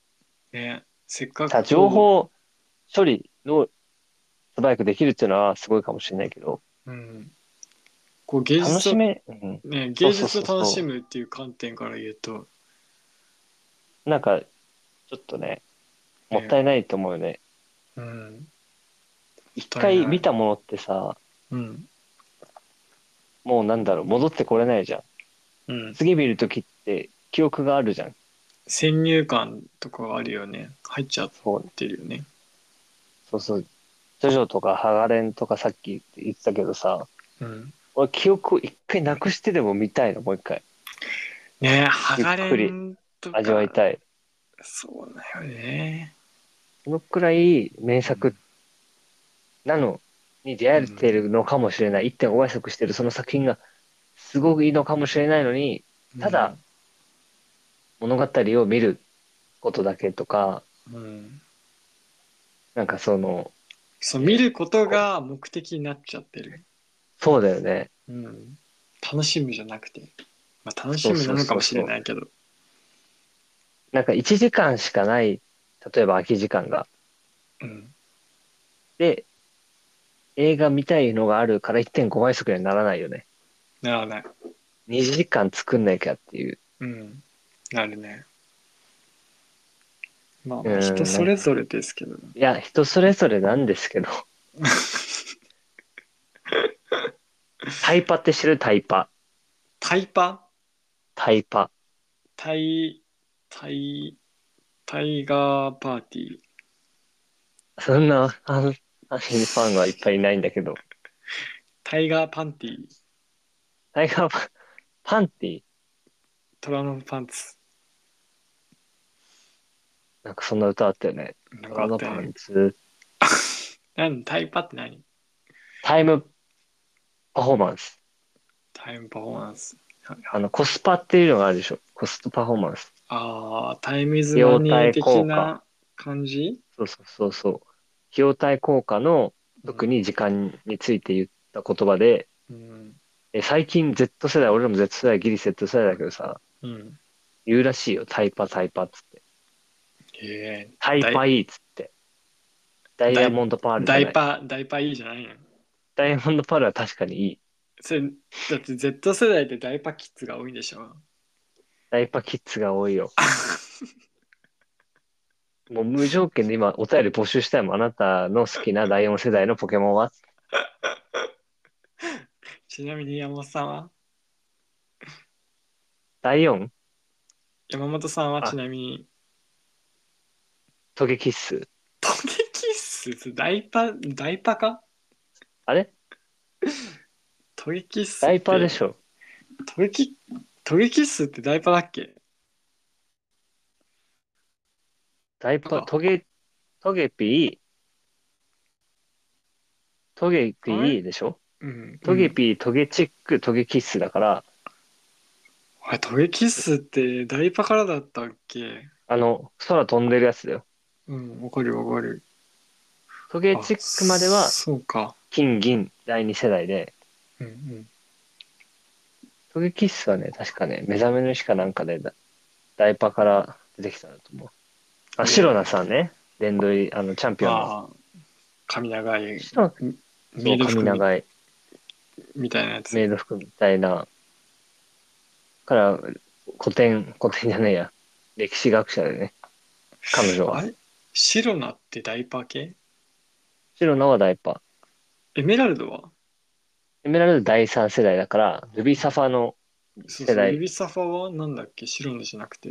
ね、せっか
う。ただ
く。
情報処理の素早くできるっていうのはすごいかもしれないけど、
うん。こう芸
楽
術
し
を、
め、うん、
ね、芸
そうそう
術
そうそう
を楽しむっていう観点から言うと、
なんか、ちょっとね、もったいないと思うよね。
うん。
一回見たものってさ、
うん。
もうなんだろう、戻ってこれないじゃん。
うん。
次見るときって記憶があるじゃん。
先入観とかあるよね。入っちゃっ
そう
てるよね。
そうそう。ジョジョとかハガレンとかさっき言ってたけどさ、
うん。
俺記憶を一回なくしてでも見たいの、もう一回。
ね剥が
ゆっく
れ
り
んとか。
味わいたい。
そうだよね。
そのくらい名作なのに出会えてるのかもしれない。1.5倍速してるその作品がすごくいいのかもしれないのに、ただ物語を見ることだけとか、
うん、うん。
なんかその、
そう、見ることが目的になっちゃってる。
そうだよね。
うん。楽しむじゃなくて。まあ、楽しむなのかもしれないけど。
なんか1時間しかない、例えば空き時間が。
うん。
で、映画見たいのがあるから1.5倍速にはならないよね。
ならない。
2時間作んなきゃっていう。
うん。なるね。ま
う
あ、
ん
人それぞれですけど。
いや、人それぞれなんで
(laughs)
すけど。タイパって知ってるタイパ。
タイパ
タイパ。
タイ、タイ、タイガーパーティー。
そんな、あの、阪神ファンはいっぱいいないんだけど。
タイガーパンティー、
タイガーパン、パンティ
虎のパンツ。
なんかそんな歌あったよね。
なんか
ガ
あっ
の
た
パ
よね
ンツ。
なんタイパって何
タイムパフォーマンス。
タイムパフォーマンス。
あの、コスパっていうのがあるでしょ。コストパフォーマンス。
ああ、タイムイズマネー的な感じ
そうそうそうそう。費用対効果の特。に時間について言った言葉で、
うん。
え最近 Z 世代、俺らも Z 世代、ギリ Z 世代だけどさ、
うん。
言うらしいよ、タイパ、タイパっつって。
へえ
タイパいいっつって。ダイヤモンドパールじゃ
ダ
ない
イパ、ダイパいいじゃないの
ダイヤモンドパールは確かにいい。
それ、だって Z 世代ってダイパキッズが多いんでしょ
ダイパキッズが多
(laughs)
いよ。もう無条件で今お便り募集したいもん。あなたの好きな第4世代のポケモンは
ちなみに山本さんは
第 4?
山本さんは
あ
ちなみに、
トゲキッス。
トゲキッスダイパ、ダイパか
あれ
トゲキッス。
ダイパーで
ょ
しょ。
トゲキ、トゲキッスってダイパだっけ
ダイパ
あ
ー、トゲ、トゲピー、トゲピ
あれ
ーでしょ
うん。
トゲピー、トゲチック、トゲキッスだから、
あれトゲキッスってダイパからだったっけ
あの、空飛んでるやつだよ。
うん、わかるわかる。
トゲチックまでは
あそうか。
金、銀、第2世代で、
うんうん。
トゲキッスはね、確かね、目覚めの日かなんかでだ、ダイパから出てきたんだと思う。あ、シロナさんね、殿堂入り、あの、チャンピオンの。
ああ、髪長い、
シロ
メ
ナ
イド
の
服み
髪長い、
みたいなやつ。
メイド服みたいな、から、古典、古典じゃねえや、歴史学者でね、彼女
あ
は。
れ白菜ってダイパ系
シロナはダイパ。
エメラルドは
エメラルド第3世代だから、ルビーサファーの、
そう
世
そう、
代
指サファはなんだっけ白菜じゃなくて。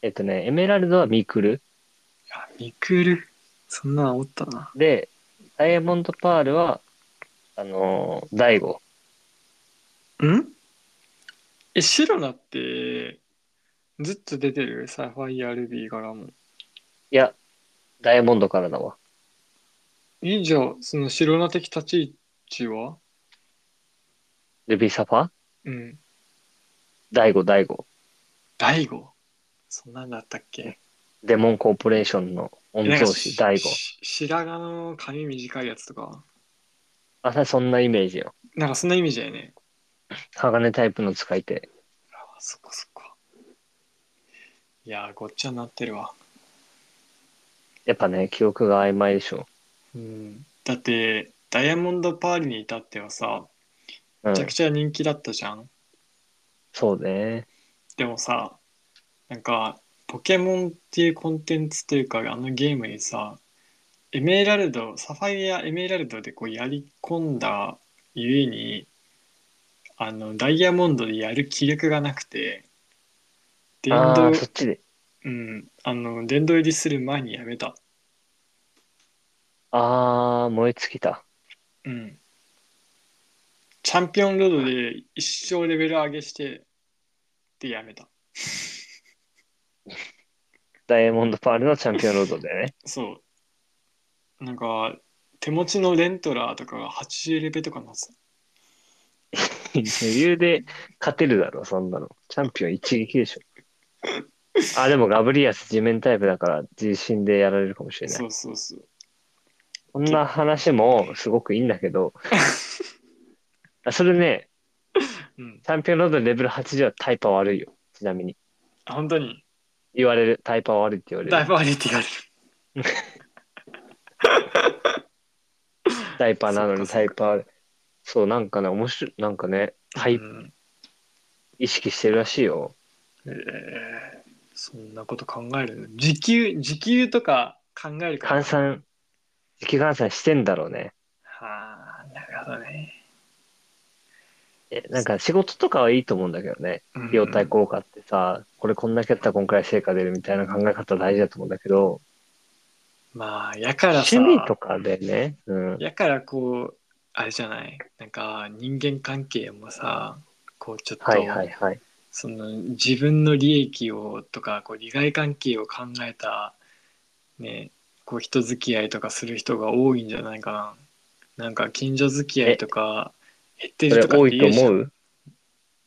えっとね、エメラルドはミクル。
あ、ミクル。そんなのおったな。
で、ダイヤモンドパールは、あのー、ダイゴ。
んえ、白菜って、ずっと出てるサファイアルビーからも。
いや、ダイヤモンドからだわ。
え、じゃあ、その、シロナ的立ち位置は
ルビーサファー
うん。
第5、第5。
大悟そんなんだったっけ
デモンコーポレーションの音
なんか
響師、第5。
し白髪の髪短いやつとか。
あ、さそんなイメージよ。
なんかそんなイメージだよね。
鋼タイプの使い手。
あそっかそっか。いやー、ごっちゃになってるわ。
やっぱね、記憶が曖昧でしょ。
うん、だって、ダイヤモンドパーリに至ってはさ、
うん
めちゃ、くちゃ人気だったじゃん。
そうね。
でもさ、なんか、ポケモンっていうコンテンツというか、あのゲームにさ、エメラルド、サファイアエメラルドでこうやり込んだゆえに、あの、ダイヤモンドでやる気力がなくて、殿
あ
堂
あ、そっちで。
うん、あの、殿堂入りする前にやめた。
ああ、燃え尽きた。
うん。チャンピオンロードで一生レベル上げして、でやめた。
ダイヤモンドパールのチャンピオンロードでね。
そう。なんか、手持ちのレントラーとかが80レベルとかなさ。
余裕で勝てるだろ、 (laughs) そんなの。チャンピオン一撃でしょ。あ、でもガブリアス地面タイプだから地震でやられるかもしれない
そ。うそうそう。
こんな話もすごくいいんだ
(laughs)
けど、あそれね、
うん。
チャンピオンロードレベル80はタイパ悪いよ。ちなみに。
本当に、
言われる、タイパ悪いって言われ
だい
る。
ぶ悪いって言われる。
タイパなの
そっかそっ
にタイ
か
パ悪い。そう、なんかね、面白い、なんかね、タイ
う、ん
意識してるらしいよ。
えーそんなこと考えるの時給、時給とか考えるから。
換算、時期換算してんだろうね。
はあ、なるほどね。
え、なんか仕事とかはいいと思うんだけどね。
うん
費用対効果ってさ、これこんだけやったらこんくらい成果出るみたいな考え方大事だと思うんだけど、
まあ、やからさ。
趣味とかでね、うん。
やからこうあれじゃないなんか人間関係もさこうちょっと、
はいはいはい。
その自分の利益をとかこう利害関係を考えたねこう人付き合いとかする人が多いんじゃないかななんか近所付き合いとか減って
そ
る
れ
とか
多
って
いと
言うじゃん
思う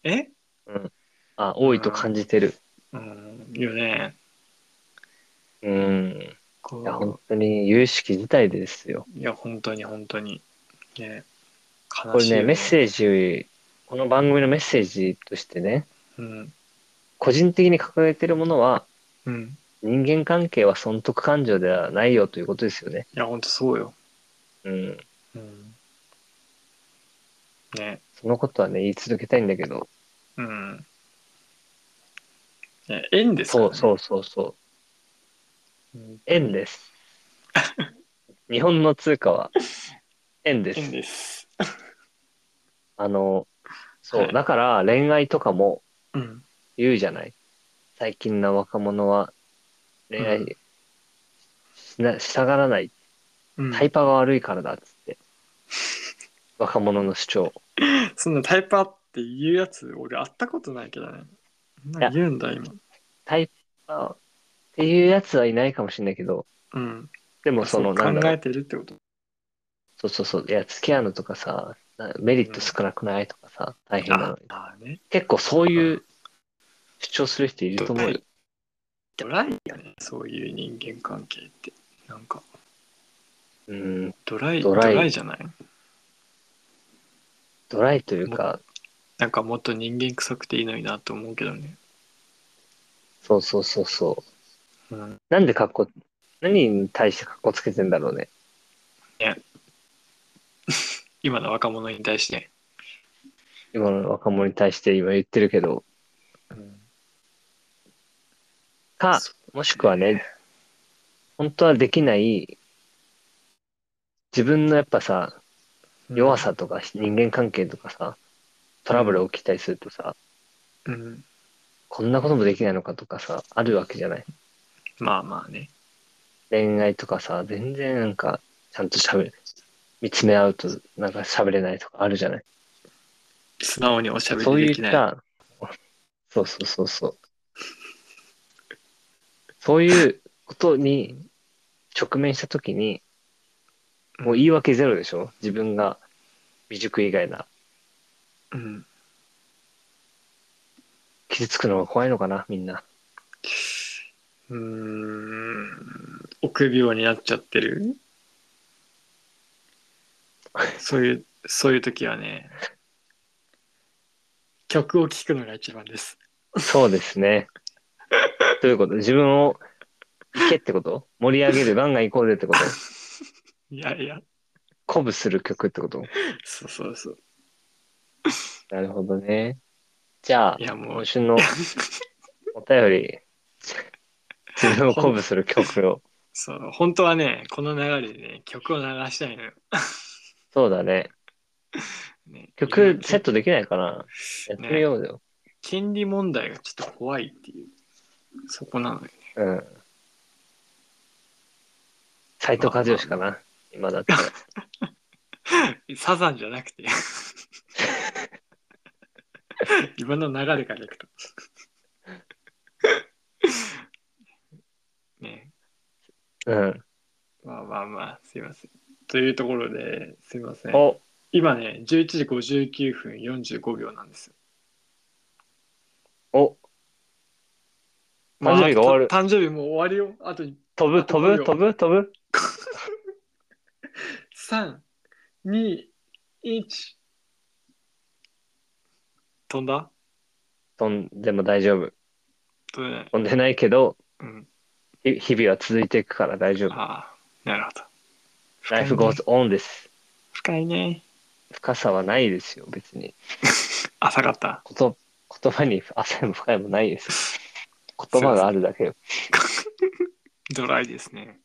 え
あ、多いと感じてる。
うんよね
うん。いや、
こ
本当に有識自体ですよ。
ういや本当に本当にね
こ
悲
れ
しいよ、
ね、メッセージ、この番組のメッセージとしてね、
うん
個人的に掲げてるものは、
うん
人間関係は損得感情ではないよということですよね。
いや本当そうよ
うん。
うんね
そのことはね、言い続けたいんだけど、
うん。え、縁ですから
そ
ね
うそうそうそう。
うん。
円です。日本の通貨は円です。
縁です。
あの、そう、
はい
だから恋愛とかも
うん。
言うじゃない。最近の若者は恋
うん
愛しな、したがらない。
うん
タイパが悪いからだっ
(laughs)
つって。若者の主張。
そんなタイパって言うやつ、俺会ったことないけどね。そんなん言うんだ、今。
タイパっていうやつはいないかもしれないけど、
うん。
でもその、
そ
なん
う
だ
考
ろ
え
う。
てるってこと。
そうそうそう。いや、付き合うのとかさ、なメリット少なくないとかさ、大変なの
あ
に。
あね。
結構そういう主張する人いると思うよ。
ドライよね。そういう人間関係って。なんか、
うん、
ドライ、ド
ドラ
ラ
イ
イじゃない
ドライというか、
なんかもっと人間臭くていいのになと思うけどね。
そうそうそうそう。
うん。
なんで格好、何に対して格好つけてんだろうね。
今の若者に対して。
今の若者に対して今言ってるけど。
うん。
か、
そ
もしくはね、本当はできない、自分のやっぱさ、弱。さとか人間関係とかさ、トラブル起きたりするとさ、
うん。
こんなこともできないのかとかさ、あるわけじゃない。
まあまあね。
恋愛とかさ、全然なんか、ちゃんと喋る。見つめ合うと、なんか喋れないとかあるじゃない。
素直におしゃべ
そう
り
い
で
っ
きない。
た、そうそうそうそう。そういうことに直面したときに、もう言い訳ゼロでしょ自分が未熟以外な
うん。
傷つくのが怖いのかなみんな
うーん。臆病になっちゃってる。そういう、そういう時はね、曲を聴くのが一番です。
そうですねどういうこと自分を行けってこと盛り上げるガンガン行こうぜってこと
いやいや、
鼓舞する曲ってこと
そうそうそう。
なるほどねじゃあ
いやもう
今、週 (laughs) のお便り自分を鼓舞する曲 (laughs) を
そう、本当はね、この流れでね、曲を流したいのよ。
そうだね
ね、
曲
今
セットできないかなやってみようよ、
権利問題がちょっと怖いっていう、そこなのよ。
うん斎藤和義かな今だ (laughs) ったら
サザンじゃなくて。今の流れからいくと。ね
うん
まあまあまあ、すいません。というところですいません。
お
今ね、11時59分45秒なんですよ。
お誕生日が終わる
まあた誕生日もう終わりよ。あと
飛ぶ
あと五
飛ぶ
秒
飛ぶ飛ぶ
3、2、1。飛んだ
飛んでも大丈夫
飛んでない。
飛んでないけど
うん。
ひ日々は続いていくから大丈夫
ああ、なるほど。
ライフゴーズオンです
深いね。
深さはないですよ別に
浅かった。
こと言葉に浅いも深いもない (laughs) です言葉があるだけよ
ドライですね。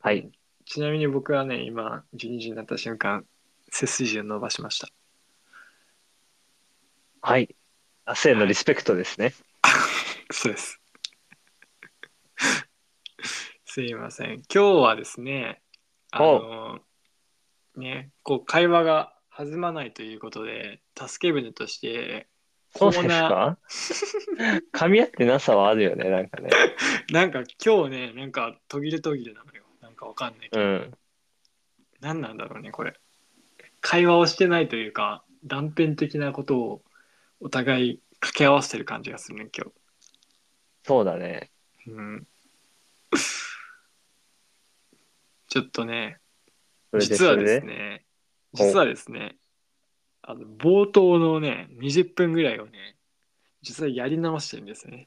はい
ちなみに僕はね、今、12時になった瞬間、背筋を伸ばしました。
はい明日へのリスペクトですね
そうです。 (laughs) すいません。今日はですね、あの、ね、こう、会話が弾まないということで、助け舟として、コ
そうで
ー
す
ナー、
か噛み合ってなさはあるよねなんかね
なんか今日ね、なんか途切れ途切れなのよ。なんかわかんないけど、
うん
何なんだろうね、これ。会話をしてないというか、断片的なことをお互い掛け合わせてる感じがするね、今
そうだね
日。うん。 (laughs) ちょっとね、
それで
実はです
それ
ね、
お
実はですね、あの冒頭のね、20分ぐらいをね、実はやり直してるんですよね、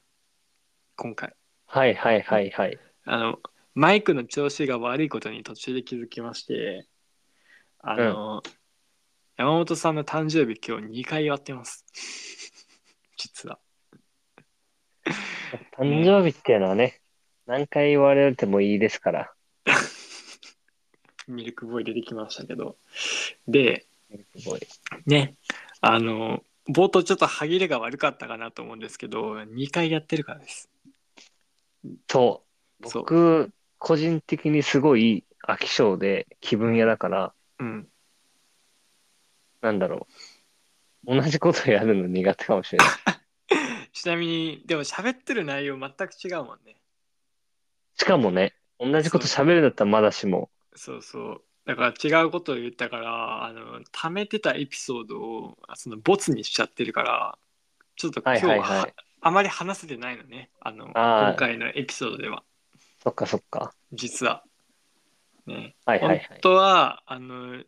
今回。
はいはいはいはい
あの、マイクの調子が悪いことに途中で気づきまして、あの、山本さんの誕生日今日2回やってます。 (laughs) 実は。
誕生日っていうのはね何回言われてもいいですから
ミルクボーイ出てきましたけど。で、
すごい
ね、あの、冒頭ちょっと歯切れが悪かったかなと思うんですけど、2回やってるからです。
そう
そう
僕個人的にすごい飽き性で気分屋だから
うん。
なんだろう同じことやるの苦手かもしれない
ちなみに、でも喋ってる内容全く違うもんね。
しかもね同じこと喋るんだったらまだしも
そうそう。だから違うことを言ったから、あの、溜めてたエピソードを、その、ボツにしちゃってるから、ちょっと今
はい
日
は
はい
はい
あまり話せてないのね。あの、
あー
今回のエピソードでは、
そっかそっか
実は。ね。
はいはいは
本
い
当は、あの、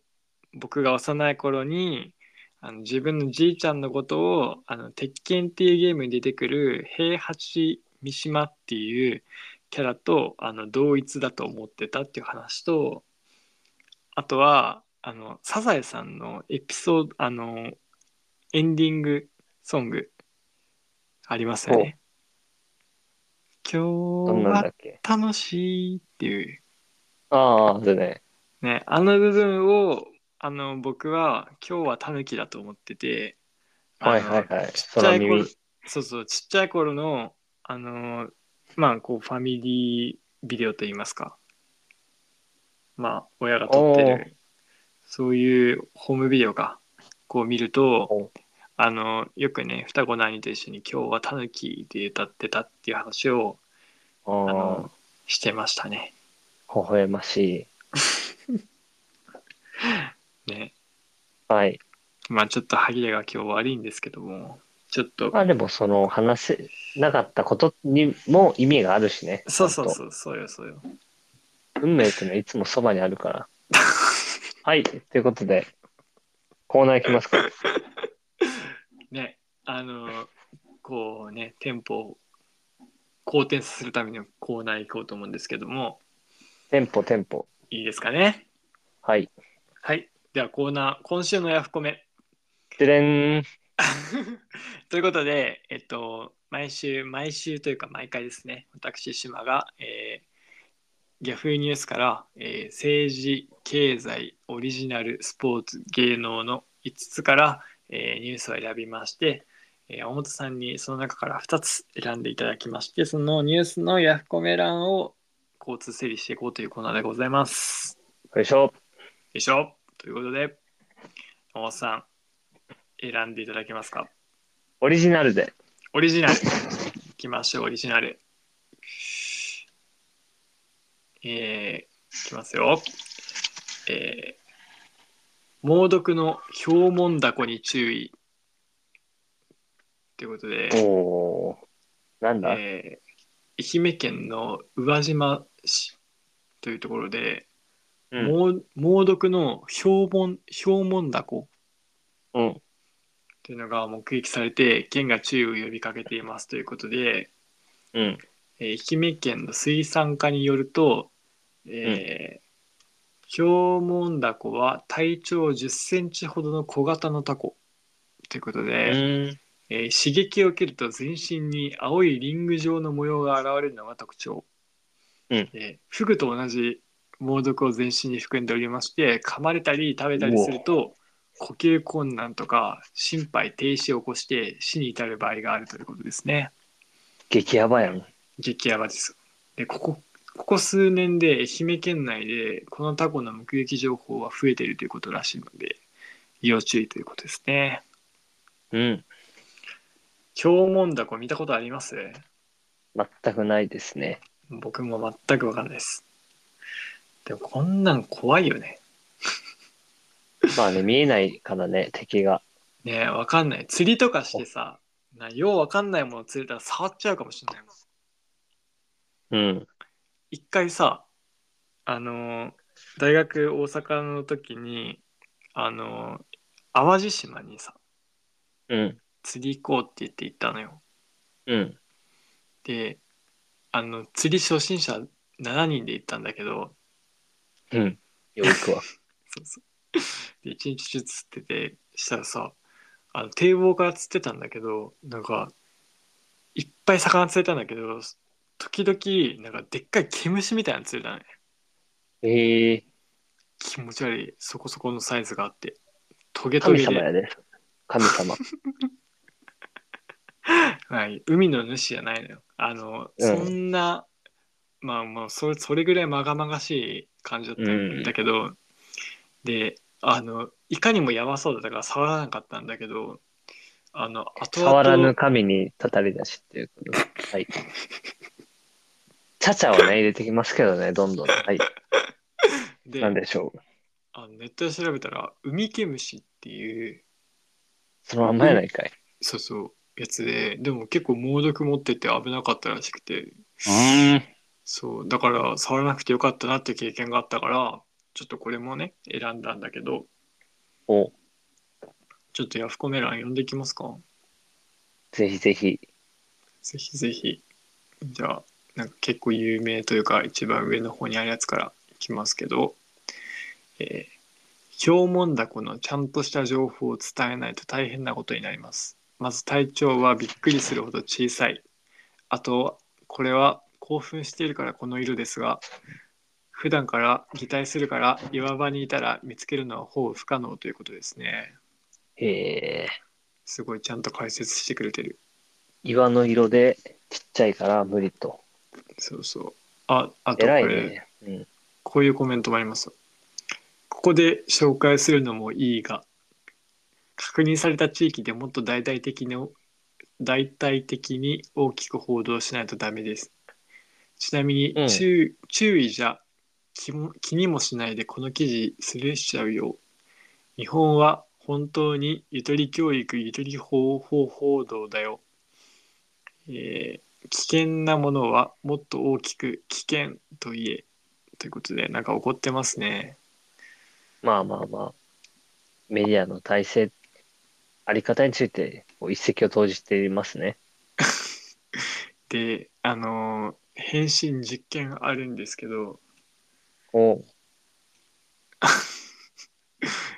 僕が幼い頃に、あの自分のじいちゃんのことを「あの鉄拳」っていうゲームに出てくる平八三島っていうキャラとあの同一だと思ってたっていう話とあとはあのサザエさんのエピソードあのエンディングソングありますよね。今
ど
日
んなんだ
は
っけ
楽しいっていう
ああそうね
ね、あの部分をあの僕は今日はタヌキだと思ってて、
はいはい
あの
はい
ちっちゃ
空
い
耳
頃、そうそう、ちっちゃい頃の、あの、まあ、こう、ファミリービデオといいますか、まあ、親が撮って
おー
る、そういうホームビデオが、こう見ると
お、
あの、よくね、双子の兄と一緒に今日はタヌキで歌ってたっていう話を、
あ
あ
ー
の、してましたね。
微笑ましい
ね。
はい。
まあちょっと歯切れが今日悪いんですけども、ちょっと、
まあでも、その、話せなかったことにも意味があるしね。
そうそう
ちゃん
そう、そうよ、そうよ。
と。運命っていうのはいつもそばにあ
(laughs)
るから。はい。ということで、コーナーいきますか。
ね、あの、こうね、テンポを好転させるためにコーナー行こうと思うんですけども、
テンポ、テンポ。
いいですかね。
はい。
はい。ではコーナー、今週のヤフコメ。
でれん。
(laughs) ということで、えっと、毎週、毎週というか毎回ですね、私、島が、えー、ギャフーニュースから、えー政治、経済、オリジナル、スポーツ、芸能の5つから、えーニュースを選びまして、えー、青本さんにその中から2つ選んでいただきまして、そのニュースのヤフコメ欄を交通整理していこうというコーナーでございます。
よいしょ。
よいしょ。ということで、青本さん、選んでいただけますか
オリジナルで。
オリジナル。いきましょう、オリジナル。えー、いきますよ。えー、猛毒のヒモンダコに注意。ということで、
おー。なんだ、
えー愛媛県の宇和島市というところで、
うん
猛猛毒のヒモンヒモンダコ
うん。
というのが目撃されて、県が注意を呼びかけていますということで、
うん。
えー愛媛県の水産課によると、えーヒョウモンダコは体長10センチほどの小型のタコということ
う
で、
ん。
えー刺激を受けると全身に青いリング状の模様が現れるのが特徴、
うん
えーフグと同じ猛毒を全身に含んでおりまして噛まれたり食べたりすると呼吸困難とか心肺停止を起こして死に至る場合があるということですね。
激ヤバやん。
激ヤバです。でここここ数年で愛媛県内でこのタコの目撃情報は増えているということらしいので要注意ということですね。
うん。
ヒョウモンダコ見たことあります
全くないですね。
僕も全くわかんないです。でもこんなん怖いよね。
まあね、見えないからね、敵が。
ねえわかんない。釣りとかしてさなようわかんないもの釣れたら触っちゃうかもしれないもん。
うん。
一回さあの大学大阪の時にあの淡路島にさ
うん。
釣り行こうって言って行ったのよ。
うん。
であの釣り初心者7人で行ったんだけど
うん。よくは。
そうそうで一日中釣っててしたらさあの堤防から釣ってたんだけどなんかいっぱい魚釣れたんだけど時々なんかでっかい毛虫みたいなの釣れたね
(laughs) ええ
気持ち悪いそこそこのサイズがあってトゲト
神
ゲ
様
で、
やね。神様。
はい、海の主じゃないのよあの、
うん
そんなまあもうそれそれぐらいまがまがしい感じだった
うん
んだけど、であのいかにもやばそうだったから触らなかったんだけどあの後々
触らぬ神にたたり出しっていうこと。はい。ちゃちゃをね、入れてきますけどね、どんどん。はい。
で
なんでしょう。
あのネットで調べたらウミケムシっていう
そのまんまやないかい。
そうそうやつででも結構猛毒持ってて危なかったらしくて
うん。
そうだから触らなくてよかったなっていう経験があったからちょっとこれもね選んだんだけど
お、
ちょっとヤフコメ欄読んでいきますか
ぜひぜひ。
ぜひぜひ。じゃあ、なんか結構有名というか、一番上の方にあるやつからいきますけど、えー、ヒョウモンダコのちゃんとした情報を伝えないと大変なことになります。まず体調はびっくりするほど小さい。あと、これは興奮しているからこの色ですが、普段から擬態するから岩場にいたら見つけるのはほぼ不可能ということですね。
へえ
すごいちゃんと解説してくれてる。
岩の色でちっちゃいから無理と。
そうそう。あ、あとこ
偉い
れ、
ね。うん。
こういうコメントもあります。ここで紹介するのもいいが、確認された地域でもっと大々的に大体的に大きく報道しないとダメです。ちなみに、
うん
注注意じゃ気も気にもしないでこの記事スルーしちゃうよ日本は本当にゆとり教育ゆとり方法報道だよ、えー危険なものはもっと大きく危険と言えということでなんか怒ってますね
まあまあまあ、メディアの体制、あり方についてこう一石を投じていますね。
であのー返信実験あるんですけど、
おう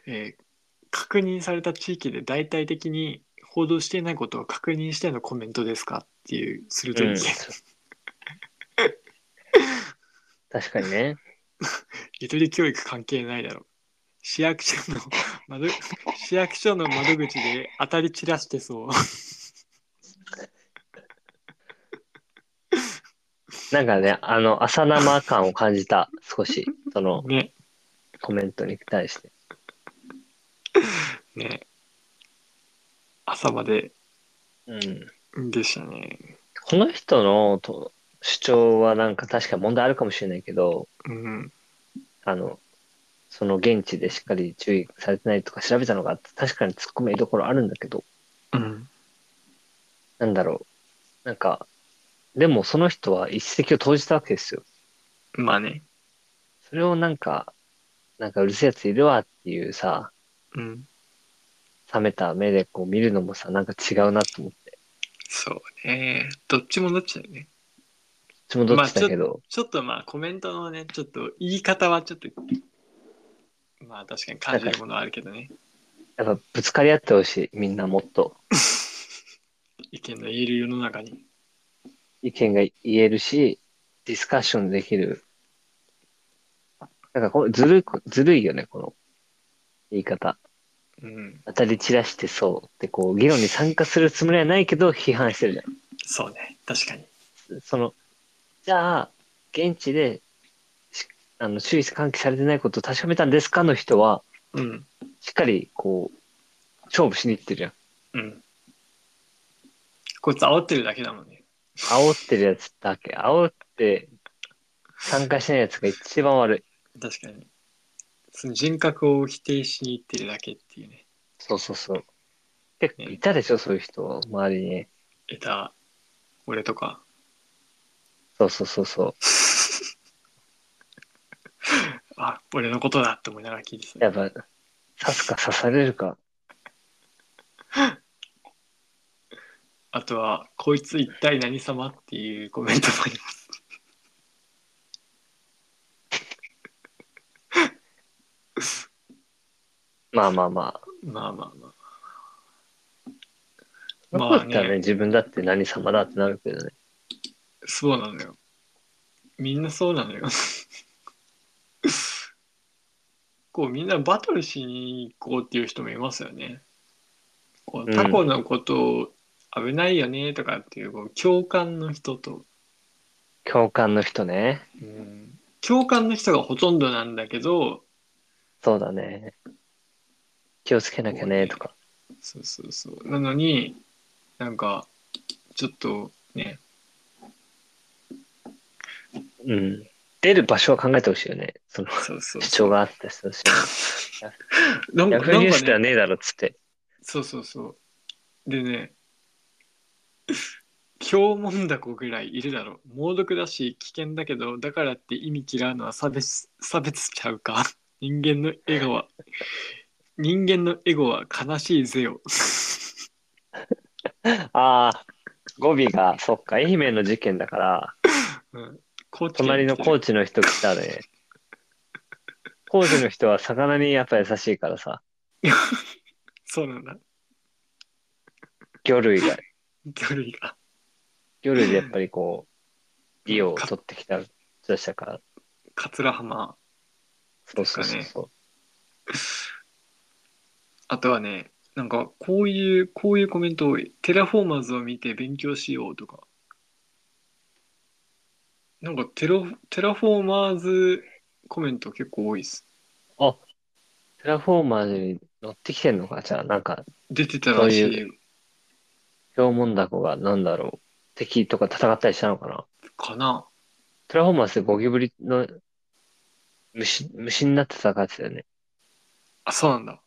えー確認された地域で大体的に報道していないことを確認してのコメントですかっていう鋭
う
い
ん
意見、
確かにね。
ゆとり教育関係ないだろう市役所の窓市役所の窓口で当たり散らしてそう
なんかね、あの、浅生感を感じた、少し、その
ね
コメントに対して。
ね朝まで
うん、
でしたね
この人のと主張はなんか確かに問題あるかもしれないけど、
うん
あの、その現地でしっかり注意されてないとか調べたのがあって確かに突っ込みどころあるんだけど、
うん
なんだろう。なんか、でもその人は一石を投じたわけですよ。
まあね
それをなんか、なんかうるせえやついるわっていうさ、
うん
冷めた目でこう見るのもさ、なんか違うなと思って。
そうねどっちもどっちだよね
うちもどっちだけど、
ちょっとまあコメントのねちょっと言い方はちょっとまあ確かに感じるものはあるけどね
やっぱぶつかり合ってほしい。みんなもっと
意見の言える世の中に
意見が言えるし、ディスカッションできる。なんかこのずるい、ずるいよね、この言い方。
うん
当たり散らしてそうってこう、議論に参加するつもりはないけど批判してるじゃん。
そうね確かに
その、じゃあ、現地でしあの注意喚起されてないことを確かめたんですかの人は、
うん
しっかり、こう、勝負しに行ってるじゃん。
うんこいつ煽ってるだけだもんね
煽ってるやつだけ。煽って参加しないやつが一番悪い。
確かにその人格を否定しに行ってるだけっていうね
そうそうそう。結構いたでしょ、そういう人、周りに。
えた俺とか
そうそうそうそう。
あ俺のことだって思いながら聞いてた
やっぱ、刺すか刺されるか。
あとは「こいつ一体何様?」っていうコメントもあります
まあまあまあ。
まあまあまあ
ま
まあ
あね、
ね
自分だって何様だってなるけどね。
そうなのよみんなそうなのよ (laughs) こうみんなバトルしに行こうっていう人もいますよねこう
うん
タコのこと危ないよねとかっていうこう共感の人と
共感の人ね。
うん共感の人がほとんどなんだけど
そうだね。気をつけなきゃね、とか。
そうそうそうなのになんかちょっとね
うん。出る場所は考えてほしいよね。その、
そうそう
主張があった人たち (laughs)
なん
ヤ
か
フーニュースで
な
は
んかね
ねえだろ、っつって。
そうそうそうでね凶問だこぐらいいるだろう猛毒だし危険だけどだからって意味嫌うのは差別差別ちゃうか人間のエゴは人間のエゴは悲しいぜよ
ああ、語尾が、そっか、愛媛の事件だから、
うん高知県
隣の
来てる
高知の人来たね。高知の人は魚にやっぱ優しいからさ、
そうなんだ
魚類が、
魚類が
魚類でやっぱりこう、利を取ってきた人たちだから、
桂浜
そうそうそうそう。
あとはね、なんかこういう、こういうコメント多い。テラフォーマーズを見て勉強しようとか。なんかテロテラフォーマーズコメント結構多いです。
テラフォーマーズに乗ってきてんのか、じゃあ、なんか、
出てたらし
そう
い。
ヒモンダコがなんだろう、敵とか戦ったりしたのかな
かな
テラフォーマースでゴキブリの虫、虫になって戦ってたよね。
あ、そうなんだ。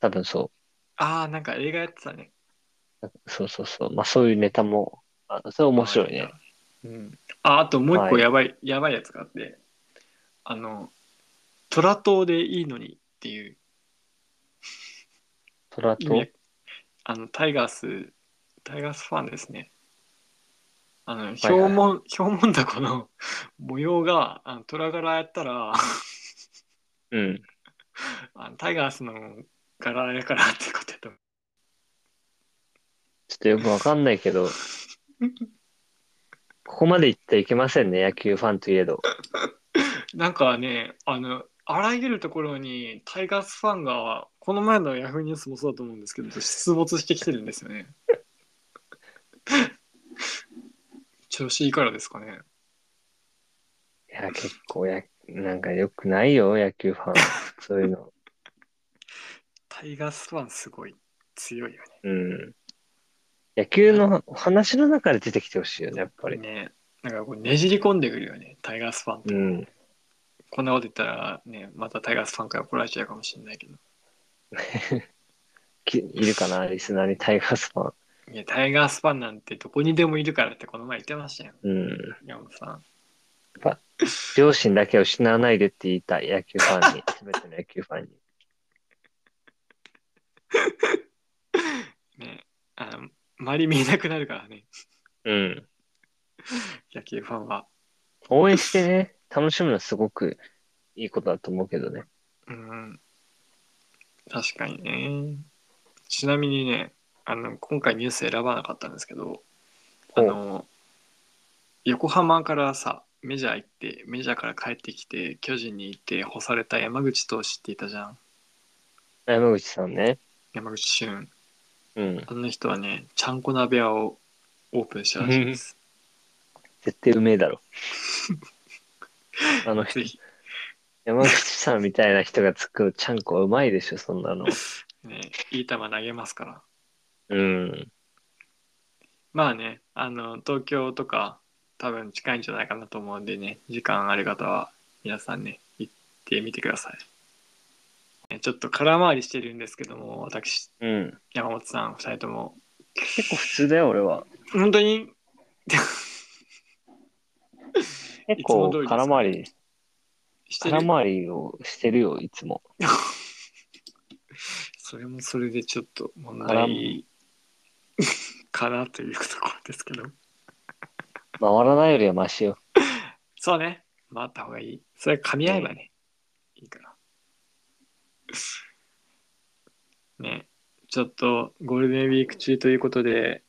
多分そ
ああ、なんか映画やってたね。
う。そうそうそう。まあそういうネタも、あそれ面白いね。。
うん。あ、あともう一個
はい
やばい、やばいやつがあって、あの、トラ島でいいのにっていう
トラ
意
と
味、あの、タイガース、タイガースファンですね。あの、
いはい
表門、表門だこの (laughs) 模様が、あの、虎柄やったら、 (laughs)
うん。
あのタイガースの柄やからってことやと思う。
ちょっとよくわかんないけど、ここまでいってはいけませんね、野球ファンといえど。
なんかね、あの、あらゆるところにタイガースファンが、この前のヤフーニュースもそうだと思うんですけど、出没してきてるんですよ
(laughs)
ね。調子いいからですかね。
いや、結構や、なんか良くないよ、野球ファン。そういうの。
タイガースファンすごい強いよね。
うん。野球の話の中で出てきてほしいよね、やっぱり。
ね、なんかこうねじり込んでくるよね、タイガースファンって。
うん。
こんなこと言ったらね、またタイガースファンから怒られちゃうかもしれないけど。
きいるかな、リスナーにタイガースファン。
いや、タイガースファンなんてどこにでもいるからってこの前言ってましたよ、
うん。
山本さん。
両親だけを失わないでって言いたい、野球ファンに。 (laughs) すべての野球ファンに。
ね、あの、周り見えなくなるからね、
うん。
野球ファンは。
応援してね、楽しむのはすごくいいことだと思うけどね。
うん。確かにね。ちなみにね、あの、今回ニュース選ばなかったんですけど、あの、横浜からさ、メジャー行って、メジャーから帰ってきて、巨人に行って、干された山口投手っていたじゃん。
山口さんね。
山口俊。
うん。
あの人はね、ちゃんこ鍋屋をオープンしたらしいです。
絶対うめ
(laughs)
えだろ。あの人
ぜ、ひ、
山口さんみたいな人が作るちゃんこはうまいでしょ、そんなの。
ね、いい球投げますから。
うん。
まあね、あの、東京とか多分近いんじゃないかなと思うんでね、時間ある方は皆さんね、行ってみてください。ねちょっと空回りしてるんですけども、私、
うん。
山本さん、二人とも、
結構普通だよ、俺は。
本当に、
結
いつも通り
構
です
空回り、
してる
空回りをしてるよ、いつも。
それもそれでちょっと問題 (laughs) かなというところですけど。
回らないよりはマシよ。
そうね、回った方がいい。それ噛み合えばね、いいから。ね、ちょっとゴールデンウィーク中ということで、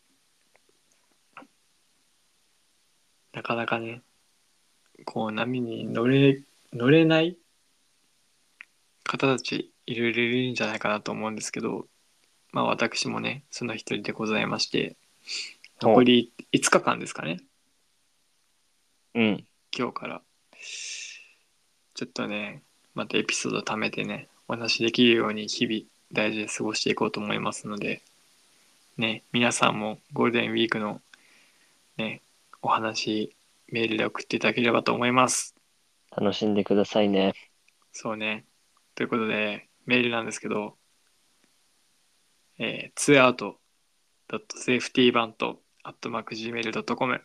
なかなかね、こう波に乗れ、乗れない方たちいろいろいるんじゃないかなと思うんですけど、まあ私もね、その一人でございまして、残り5日間ですかね。
うん。
今日からちょっとねまたエピソード貯めてねお話しできるように日々大事に過ごしていこうと思いますのでね皆さんもゴールデンウィークのねお話メールで送っていただければと思います
楽しんでくださいね。
そうねということでメールなんですけどえー、ツーアウト .safetybant.gmail.com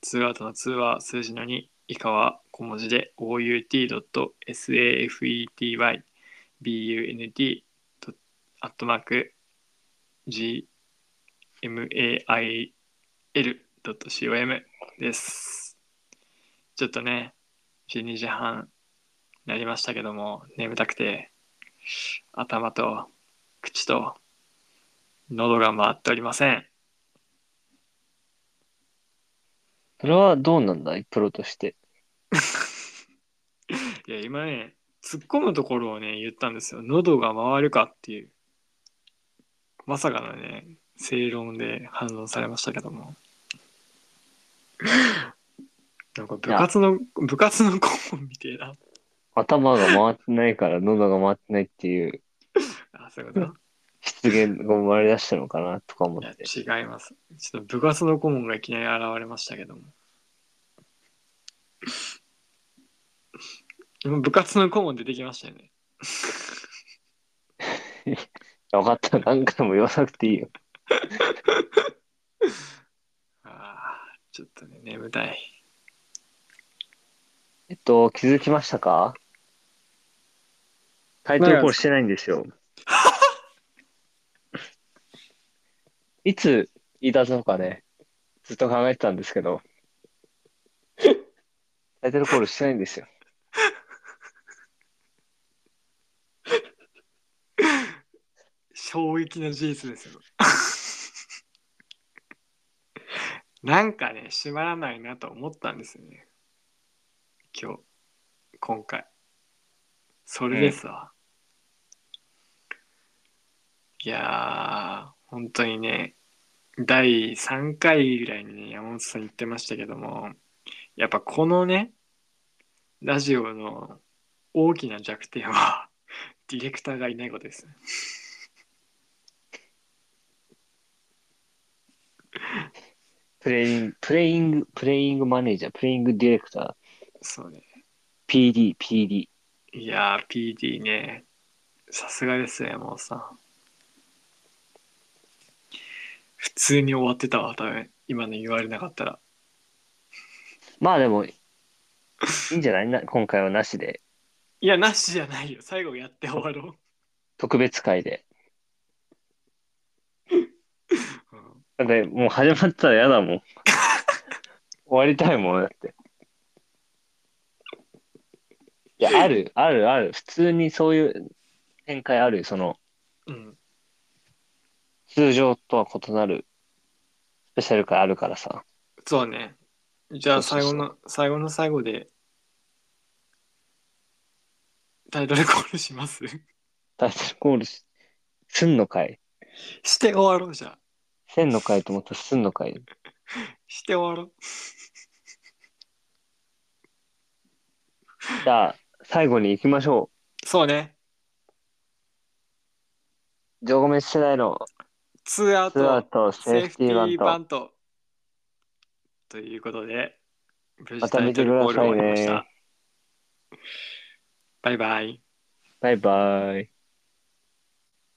ツーアウトの2は数字の2以下は小文字で out.safetybunt.gmail.com です。ちょっとね、12時半になりましたけども、眠たくて、頭と口と喉が回っておりません。
それはどうなんだいプロとして。
いや、今ね、突っ込むところをね、言ったんですよ。喉が回るかっていう。まさかのね、正論で反論されましたけども。なんか部活の、部活の顧問みたいな。
頭が回ってないから喉が回ってないっていう
あ、そういうこと
失言が生まれ出したのかなとか思って。
いや違います。ちょっと部活の顧問がいきなり現れましたけども。もう部活の顧問出てきましたよね。
分かった。何回も言わなくていいよ。
ああ、ちょっとね、眠たい。
えっと、気づきましたかタイトルコールしてないんですよ。 (laughs) いつ言い出そうかね、ずっと考えてたんですけど、タイトルコールしてないんですよ。
衝撃の事実ですよ。 (laughs) なんかね、閉まらないなと思ったんですよね。今日、今回。それですわ。いやー、本当にね、第3回ぐらいにね、山本さん言ってましたけども、やっぱこのね、ラジオの大きな弱点は、ディレクターがいないことです。
プレイング、プレイング、プレイングマネージャー、プレイングディレクタ
そうね。
ー、PD、PD。
いやー、PD ね、さすがですね、山本さん。普通に終わってたわ、多分今の言われなかったら。
まあでも、いいんじゃないな (laughs) 今回はなしで、
いや、なしじゃないよ。最後やって終わろう。
特別会で。
うん
だってもう始まったら嫌だもん。終わりたいもん、だって。いや、ある、ある、ある。普通にそういう展開ある。その、
うん、
通常とは異なるスペシャル会あるからさ。
そうね。じゃあ
そ
最
うそう
後
そう
の最後の最後でタイトルコールします (laughs)
タイトルコールし、すんのかい
して終わろうじゃあ
せんのかいと思ったらすんのかい
して終わろう
じゃあ、最後に行きましょ
そうね
う。ジョゴメ世代の
ツーアウ
ツーアウ
ト
ト、セ
セ
ー
ー
フ
フ
テ
ティ
ィーバン
ーバ
ト。
ントということで無事
また
タイ
見て
ト
く
ルコ
だ
ール
さい
終わりました
ね。
バイバイ
バイバイ。